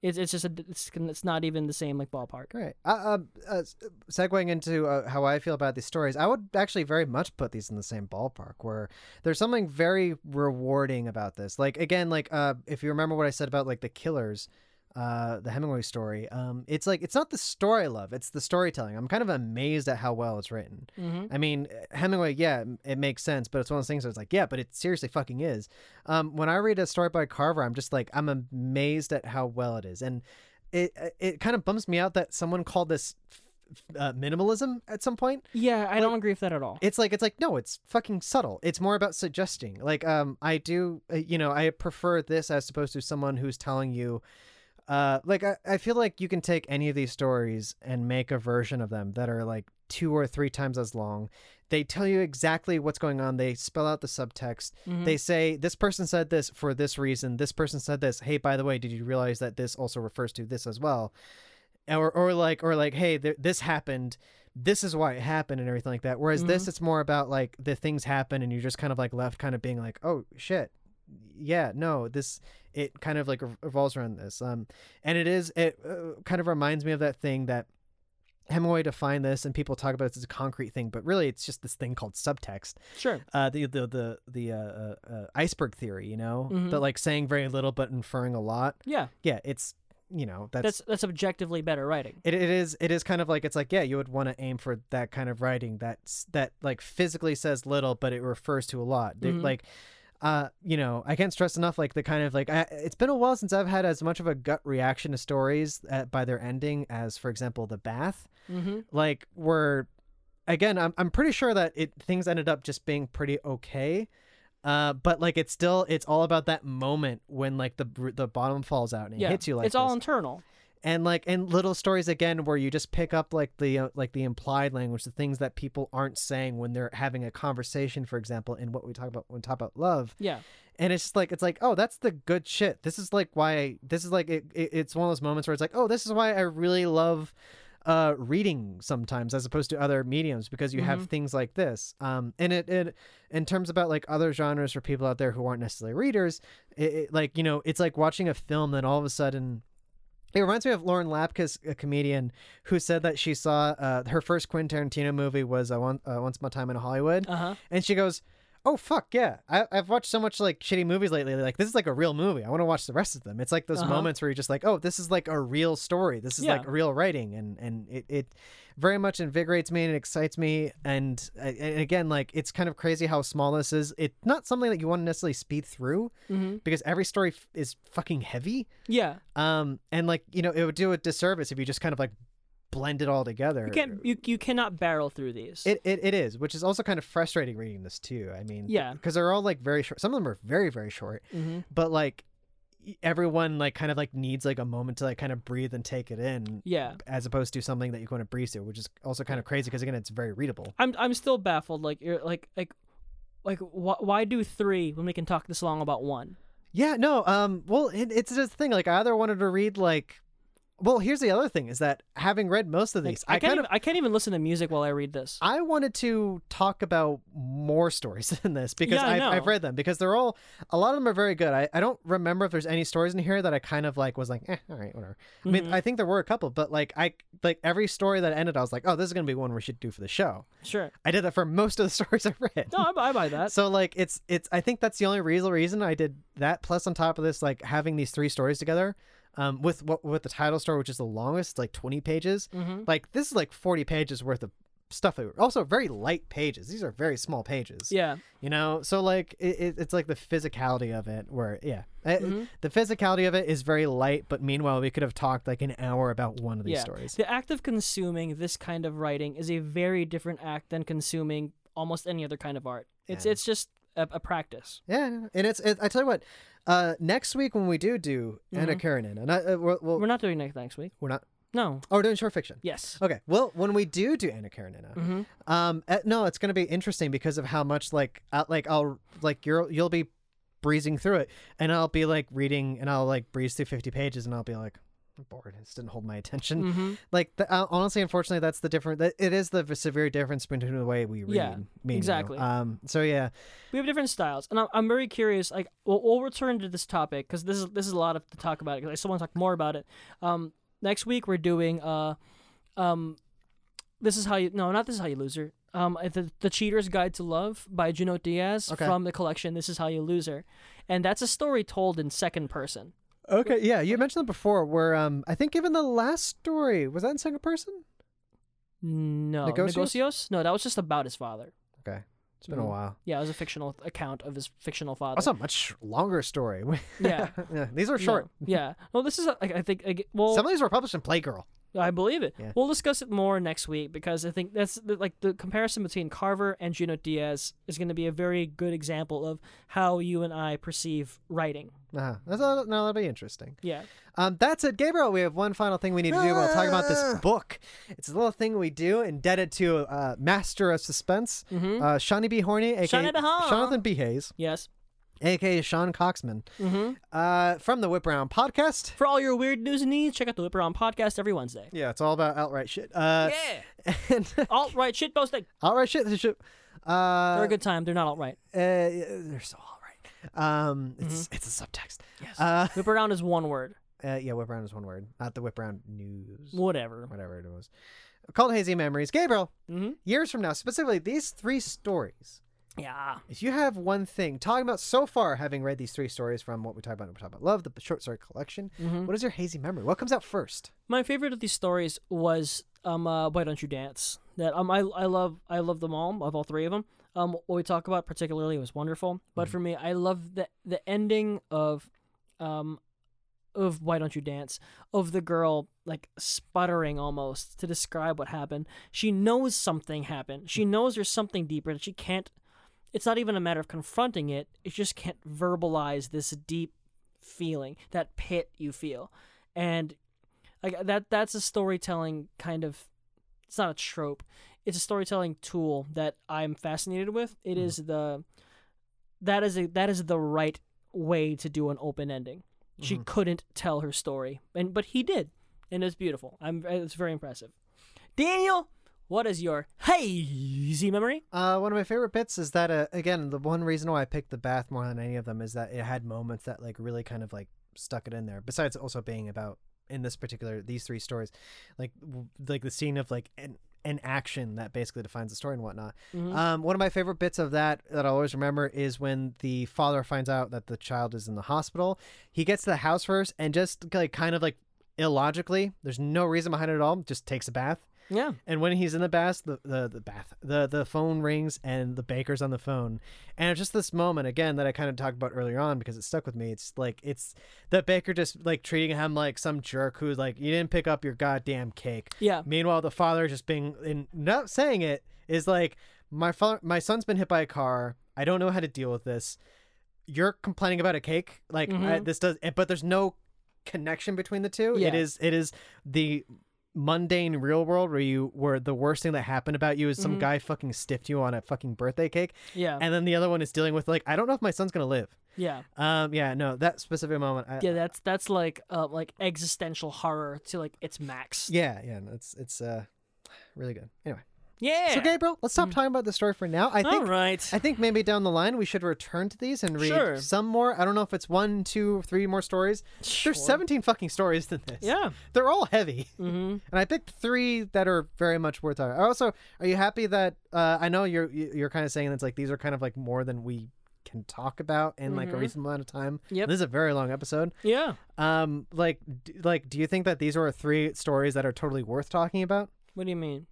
B: It's it's just a, it's it's not even the same like ballpark.
A: Great. Uh, uh, uh, segueing into uh, how I feel about these stories, I would actually very much put these in the same ballpark. Where there's something very rewarding about this. Like again, like uh, if you remember what I said about like the killers, uh, the Hemingway story. Um, it's like it's not the story I love; it's the storytelling. I'm kind of amazed at how well it's written.
B: Mm-hmm.
A: I mean, Hemingway, yeah, it makes sense, but it's one of those things where it's like, yeah, but it seriously fucking is. Um, when I read a story by Carver, I'm just like, I'm amazed at how well it is, and it uh, it kind of bums me out that someone called this uh, minimalism at some point.
B: Yeah, I don't agree with that at all.
A: It's like it's like no, it's fucking subtle. It's more about suggesting. Like um, I do, uh, you know, I prefer this as opposed to someone who's telling you. Uh, like I, I feel like you can take any of these stories and make a version of them that are like two or three times as long. They tell you exactly what's going on. They spell out the subtext.
B: Mm-hmm.
A: They say this person said this for this reason. This person said this. Hey, by the way, did you realize that this also refers to this as well? or or like or like hey th- this happened this is why it happened and everything like that whereas this it's more about like the things happen and you're just kind of like left kind of being like oh shit yeah no this it kind of like rev- revolves around this um and it is it uh, kind of reminds me of that thing that Hemingway defined this and people talk about it as a concrete thing but really it's just this thing called subtext
B: Sure.
A: uh, the the the the uh, uh, uh, iceberg theory you know but like saying very little but inferring a lot
B: Yeah,
A: yeah it's you know that's
B: that's that's objectively better writing.
A: it, it is it is kind of like it's like yeah you would want to aim for that kind of writing that's that like physically says little but it refers to a lot Dude, like uh you know i can't stress enough like the kind of like I, it's been a while since i've had as much of a gut reaction to stories uh by their ending as for example the bath
B: Mm-hmm.
A: like were again I'm, I'm pretty sure that it things ended up just being pretty okay uh but like it's still it's all about that moment when like the br- the bottom falls out and it
B: Yeah,
A: hits you like
B: it's all
A: this
B: internal.
A: and like and little stories again where you just pick up like the uh, like the implied language the things that people aren't saying when they're having a conversation for example in what we talk about when we talk about love
B: Yeah.
A: and it's just like it's like oh that's the good shit this is like why I, this is like it, it, it's one of those moments where it's like oh this is why i really love uh reading sometimes as opposed to other mediums because you have things like this um and it, it in terms about like other genres for people out there who aren't necessarily readers it, it like you know it's like watching a film then all of a sudden it reminds me of Lauren Lapkus, a comedian, who said that she saw uh, her first Quentin Tarantino movie was uh, One, uh, Once Upon a Time in Hollywood,
B: Uh huh.
A: and she goes, "Oh fuck yeah! I, I've watched so much like shitty movies lately. Like this is like a real movie. I want to watch the rest of them. It's like those
B: Uh-huh.
A: moments where you're just like, oh, this is like a real story. This is
B: Yeah.
A: like real writing, and and it, it very much invigorates me and it excites me. And, and again, like it's kind of crazy how small this is. It's not something that you want to necessarily speed through
B: Mm-hmm.
A: because every story f- is fucking heavy.
B: Yeah.
A: Um, and like you know, it would do a disservice if you just kind of like blend it all together.
B: You can't you you cannot barrel through these.
A: It, it, it is, which is also kind of frustrating reading this too. I mean,
B: Yeah.
A: because they're all like very short. Some of them are very very short,
B: mm-hmm.
A: but like y- everyone like kind of like needs like a moment to like kind of breathe and take it in,
B: Yeah.
A: as opposed to something that you want to breeze through, which is also kind of crazy because again, it's very readable.
B: I'm I'm still baffled. Like you're like like like wh- why do three when we can talk this long about one?
A: Yeah, no, um, well, it, it's just the thing. Like I either wanted to read like, well, here's the other thing is that having read most of
B: Like,
A: these, I,
B: I, can't
A: kind
B: even,
A: of.
B: I can't even listen to music while I read this.
A: I wanted to talk about more stories [laughs] than this because
B: Yeah, I
A: I've,
B: know.
A: I've read them because they're all a lot of them are very good. I, I don't remember if there's any stories in here that I kind of like was like eh, all right whatever. I
B: Mm-hmm.
A: mean I think there were a couple, but like I like every story that ended I was like oh this is gonna be one we should do for the show.
B: Sure.
A: I did that for most of the [laughs] stories I read.
B: No, I, bu- I
A: [laughs]
B: buy that.
A: So like it's it's I think that's the only reason reason I did that. Plus on top of this, like having these three stories together, um, with what with the title story, which is the longest, like twenty pages.
B: Mm-hmm.
A: Like this is like forty pages worth of stuff. Also, very light pages. These are very small pages.
B: Yeah.
A: You know, so like it, it, it's like the physicality of it, where yeah, I-
B: Mhm.
A: the physicality of it is very light. But meanwhile, we could have talked like an hour about one of these
B: Yeah.
A: stories.
B: The act of consuming this kind of writing is a very different act than consuming almost any other kind of art. It's
A: Yeah.
B: it's just a, a practice.
A: Yeah, no, no. and it's it, I tell you what, uh, next week when we do do Anna
B: Mhm.
A: Karenina, and I, uh, we'll, we'll,
B: We're not doing next next week.
A: we're not.
B: No.
A: Oh, we're doing short fiction.
B: Yes.
A: Okay. Well, when we do do Anna Karenina,
B: Mm-hmm.
A: um, uh, no, it's going to be interesting because of how much like uh, like I'll like you're you'll be breezing through it, and I'll be like reading, and I'll like breeze through fifty pages, and I'll be like. I'm bored. This didn't hold my attention.
B: Mm-hmm.
A: Like the, uh, honestly, unfortunately, that's the different. that- It is the v- severe difference between the way we read.
B: Yeah,
A: me and you.
B: exactly.
A: Um. So yeah.
B: We have different styles, and I'm, I'm very curious. Like, we'll, we'll return to this topic because this is this is a lot of to talk about. Because I still want to talk more about it. Um, next week we're doing uh, um, this is how you no, not this is how you loser. Um, uh, the the Cheater's Guide to Love by Juno Diaz
A: Okay.
B: from the collection. This is how you loser, and that's a story told in second person.
A: Okay. Yeah. You mentioned that before. Where um, I think even the last story was that in second person.
B: No,
A: Negocios?
B: Negocios? No, that was just about his father.
A: Okay. It's been
B: Mhm.
A: a while.
B: Yeah, it was a fictional account of his fictional father.
A: Also, [laughs] a much longer story. [laughs]
B: Yeah.
A: yeah. These are
B: No,
A: short.
B: yeah. Well, this is a- I I think I get- well
A: Some of these were published in Playgirl.
B: I believe it.
A: Yeah.
B: We'll discuss it more next week because I think that's the, like the comparison between Carver and Juno Diaz is going to be a very good example of how you and I perceive writing.
A: Uh-huh. That's, no, that'll be interesting.
B: Yeah.
A: Um, that's it, Gabriel. We have one final thing we need to do. We'll talk about this book. It's a little thing we do indebted to uh, Master of Suspense,
B: Mhm.
A: uh, Shawnee B. Horney, aka
B: Shawnee B. Horn.
A: Jonathan B. Hayes,
B: Yes.
A: aka Sean Coxman,
B: Mm-hmm.
A: uh, from the Whip Around podcast.
B: For all your weird news and needs, check out the Whip Around podcast every Wednesday.
A: Yeah, it's all about outright shit. Uh, yeah. [laughs] And
B: Alt right shit posting.
A: outright shit. shit uh,
B: They're a good time. They're not alt right.
A: Uh, they're so all right. Um, it's it's a subtext.
B: Yes.
A: Uh,
B: Whip Around is one word.
A: uh, yeah, whip round is one word, not the whip round news,
B: Whatever.
A: whatever it was. Called hazy memories. Gabriel,
B: Mhm.
A: years from now, specifically these three stories.
B: Yeah.
A: If you have one thing talking about so far, having read these three stories from what we talked about, we talked about love, the short story collection.
B: Mm-hmm.
A: what is your hazy memory? What comes out first?
B: My favorite of these stories was um uh, why don't you dance? That um I I love I love them all of all three of them. Um, what we talk about particularly was wonderful, but for me, I love the the ending of um of why don't you dance of the girl like sputtering almost to describe what happened. She knows something happened. She knows there's something deeper that she can't. It's not even a matter of confronting it. It just can't verbalize this deep feeling, that pit you feel, and like uh, that that's a storytelling kind of it's not a trope it's a storytelling tool that i'm fascinated with It
A: Mm-hmm.
B: is the that is a that is the right way to do an open ending she
A: Mm-hmm.
B: couldn't tell her story and but he did and it's beautiful i'm uh, it's very impressive daniel what is your hazy memory
A: Uh, one of my favorite bits is that uh, again, the one reason why I picked the bath more than any of them is that it had moments that like really kind of like stuck it in there. Besides also being about in this particular these three stories, like w- like the scene of like an an action that basically defines the story and whatnot.
B: Mm-hmm. Uh,
A: Um, one of my favorite bits of that that I always remember is when the father finds out that the child is in the hospital. He gets to the house first and just like kind of like illogically, there's no reason behind it at all. Just takes a bath.
B: yeah
A: And when he's in the bath, the, the, the bath, the, the phone rings and the baker's on the phone. And it's just this moment again that I kind of talked about earlier on because it stuck with me. It's like, it's the baker just like treating him like some jerk who's like, you didn't pick up your goddamn cake.
B: yeah
A: Meanwhile, the father just being, and not saying it is like, my father, my son's been hit by a car. I don't know how to deal with this. You're complaining about a cake. Like I,
B: Mhm.
A: this does, but there's no connection between the two.
B: Yeah.
A: It is, it is the mundane real world where you where the worst thing that happened about you is some
B: Mhm.
A: guy fucking stiffed you on a fucking birthday cake
B: yeah
A: and then the other one is dealing with like i don't know if my son's gonna live
B: yeah
A: um yeah no that specific moment I,
B: yeah that's that's like uh, like existential horror to like its max
A: yeah yeah no, it's it's uh really good anyway
B: yeah Mm.
A: so gabriel let's stop talking about the story for now i think
B: all right
A: I think maybe down the line we should return to these and read
B: Sure.
A: some more. I don't know if it's one, two, three more stories.
B: Sure.
A: There's 17 fucking stories in this.
B: Yeah.
A: They're all heavy.
B: Mm-hmm.
A: And I picked three that are very much worth our. Also, are you happy that uh, I know you're you- you're kind of saying that's like these are kind of like more than we can talk about in like a
B: Mhm.
A: reasonable amount of time.
B: Yep.
A: This is a very long episode.
B: Yeah.
A: Um, like, d- like, do you think that these are three stories that are totally worth talking about?
B: What do you mean?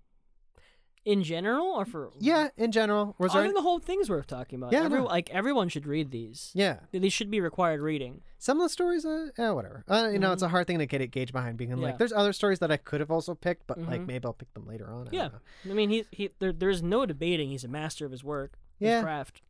B: In general, or for
A: Yeah, in general. Was
B: Mm. I
A: there?
B: think
A: any-
B: the whole thing's worth talking about.
A: Yeah, I
B: Every-
A: know.
B: like everyone should read these.
A: Yeah,
B: These should be required reading.
A: some of the stories, uh, yeah, whatever. Uh, you know, it's a hard thing to get it gauge behind. Being
B: Mm-hmm. Yeah.
A: like, there's other stories that I could have also picked, but
B: Mhm.
A: like maybe I'll pick them later on. I don't
B: Yeah,
A: know.
B: I mean, he he. There, there's no debating. He's a master of his work. his
A: Yeah.
B: craft.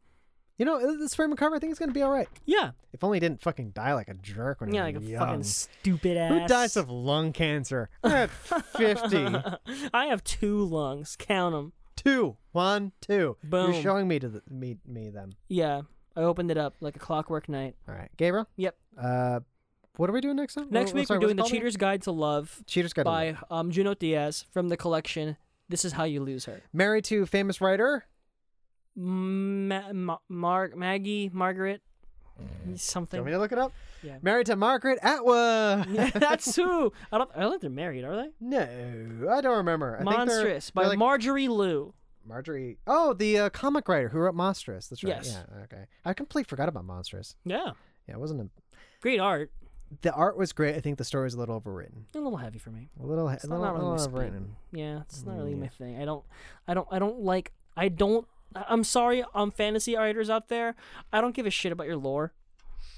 A: you know, uh, this frame and cover, I think it's gonna be all right.
B: Yeah,
A: If only he didn't fucking die like a jerk when he
B: yeah, like a
A: was
B: fucking
A: young.
B: stupid ass.
A: Who dies of lung cancer at 50?
B: [laughs] I have two lungs. Count them.
A: two, one, two.
B: Boom.
A: You're showing me to the, me me them.
B: Yeah, I opened it up like a clockwork night.
A: All right, Gabriel.
B: Yep.
A: Uh, what are we doing next time?
B: Next
A: What-
B: week
A: sorry,
B: we're doing the
A: what's it called again?
B: Cheater's Guide to Love
A: Cheater's Guide to Love.
B: by um, Juno Diaz from the collection. This is how you lose her.
A: Married to famous writer.
B: Ma- Ma- Mar- Maggie, Margaret,
A: Do you
B: something.
A: want me to look it up?
B: Yeah.
A: Married to Margaret Atwood.
B: [laughs] Yeah,
A: [laughs]
B: That's who. I don't. I don't think they're married, are they?
A: no, I don't remember. I think they're-
B: Monstrous by
A: they're like
B: Marjorie Liu.
A: Marjorie. Oh, the uh, comic writer who wrote Monstrous. That's right.
B: Yes.
A: Yeah. Okay. I completely forgot about Monstrous.
B: Yeah,
A: Yeah, it wasn't. A...
B: great art.
A: The art was great. I think the story was a little overwritten.
B: A little heavy for me.
A: A little.
B: It's
A: a
B: not,
A: little,
B: not really my
A: little Mm.
B: speed.
A: overwritten.
B: Yeah, it's not really my thing. I don't. I don't. I don't like. I don't. I- I'm sorry, um, fantasy writers out there. I don't give a shit about your lore.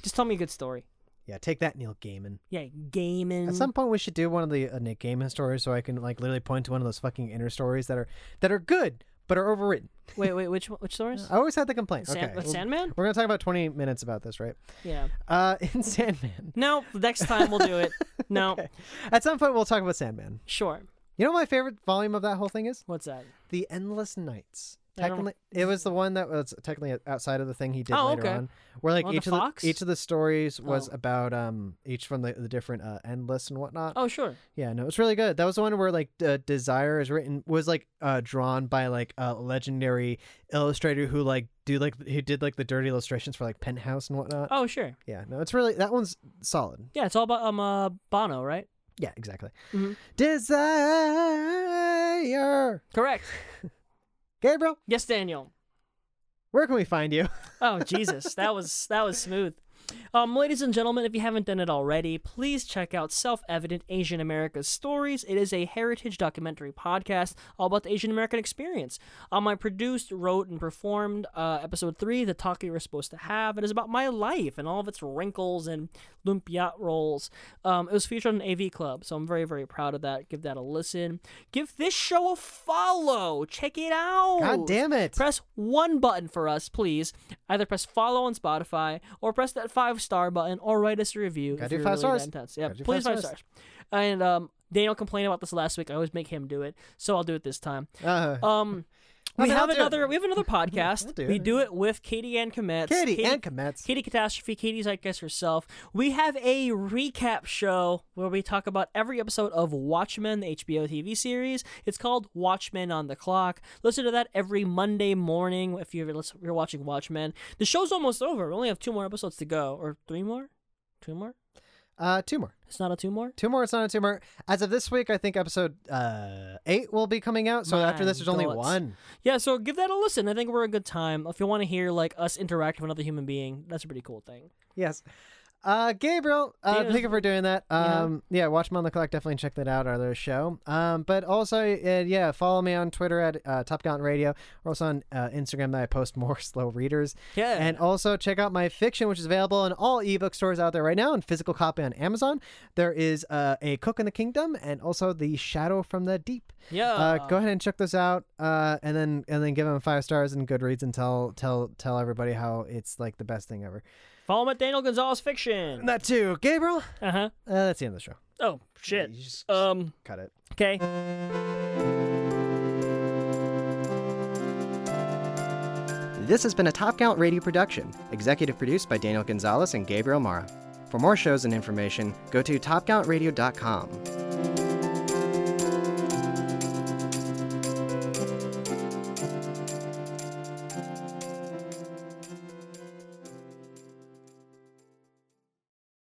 B: Just tell me a good story.
A: Yeah, take that, Neil Gaiman.
B: Yeah, gaming.
A: At some point, we should do one of the uh, Nick Gaiman stories, so I can like literally point to one of those fucking inner stories that are that are good but are overwritten.
B: [laughs] Wait, wait, which one- which stories?
A: I always had the complaint.
B: San-
A: okay,
B: uh, Sandman?
A: We're gonna talk about twenty minutes about this, right?
B: Yeah.
A: Uh, [laughs] in Sandman.
B: No, the next time we'll
A: [laughs]
B: do it. No,
A: Okay. At some point, we'll talk about Sandman.
B: sure.
A: You know, what my favorite volume of that whole thing is
B: What's that?
A: the Endless Nights.
B: I don't-
A: Technically, it was the one that was technically outside of the thing he did
B: Oh,
A: later
B: okay.
A: on, where like
B: Oh, the
A: each of
B: fox?
A: the each of the stories was
B: Oh.
A: about um each from the, the different uh, endless and whatnot.
B: Oh, sure.
A: Yeah, no, it's really good. That was the one where like uh, Desire is written was like uh, drawn by like a legendary illustrator who like do like who did like the dirty illustrations for like Penthouse and whatnot.
B: Oh, sure.
A: Yeah, no, it's really that one's solid.
B: Yeah, it's all about um uh, Bono, right?
A: Yeah, exactly.
B: Mhm.
A: Desire,
B: Correct.
A: Gabriel,
B: Yes, Daniel.
A: where can we find you?
B: Oh Jesus, that was that was smooth. Um, ladies and gentlemen, if you haven't done it already, please check out Self Evident Asian America's Stories. It is a heritage documentary podcast all about the Asian American experience. Um, I produced, wrote, and performed uh, episode three, The Talk You Were Supposed to Have. It is about my life and all of its wrinkles and lumpia rolls. Um, it was featured on AV Club, so I'm very, very proud of that. Give that a listen. Give this show a follow. Check it out.
A: [laughs] God damn it!
B: Press one button for us, please. Either press follow on Spotify or press that five star button or write us a review.
A: Gotta
B: if
A: do
B: you're
A: five
B: really that
A: stars.
B: intense. Yeah,
A: Gotta do
B: please
A: five
B: five stars.
A: stars.
B: And um, Daniel complained about this last week. I always make him do it, so I'll do it
A: [laughs]
B: this time.
A: Uh,
B: Um,
A: I
B: we
A: mean, I'll
B: have
A: do it.
B: another. We have
A: [laughs]
B: another podcast.
A: do
B: we
A: it.
B: do it with Katie Ann Kometz.
A: Katie, and Comets.
B: Katie Catastrophe, Katie's I guess herself. We have a recap show where we talk about every episode of Watchmen, the HBO TV series. It's called Watchmen on the Clock. Listen to that every Monday morning if you're lis- you're watching Watchmen. The show's almost over. We only have two more episodes to go, or three more, two more.
A: Uh, two more.
B: It's not a two more.
A: Two more. It's not a two more. As of this week, I think episode uh, eight will be coming out. So after
B: My
A: this, there's only
B: gods.
A: one.
B: Yeah, so give that a listen. I think we're a good time. If you want to hear like us interact with another human being, that's a pretty cool thing.
A: Yes. Uh, Gabriel, uh,
B: Dana-
A: thank you for doing that.
B: Yeah.
A: Um, yeah. Watch Me on the Clock. Definitely check that out. Our other show. Um, but also, uh, yeah, follow me on Twitter at uh, Top Gallant Radio. We're also on uh, Instagram that I post more [laughs] slow readers.
B: Yeah.
A: [laughs] And also check out my fiction, which is available in all ebook stores out there right now and physical copy on Amazon. There is uh, a Cook in the Kingdom and also the Shadow from the Deep.
B: Yeah.
A: uh, go ahead and check those out, uh, and then and then give them five stars and Goodreads and tell tell tell everybody how it's like the best thing ever.
B: Follow me at Daniel Gonzalez Fiction.
A: And that too, Gabriel. Uh,
B: Uh huh.
A: that's the end of the show.
B: Oh shit.
A: You just, just
B: Um.
A: cut it.
B: Okay.
D: This has been a Top Gallant Radio production, executive produced by Daniel Gonzalez and Gabriel Mara. For more shows and information, go to topgallantradio.com.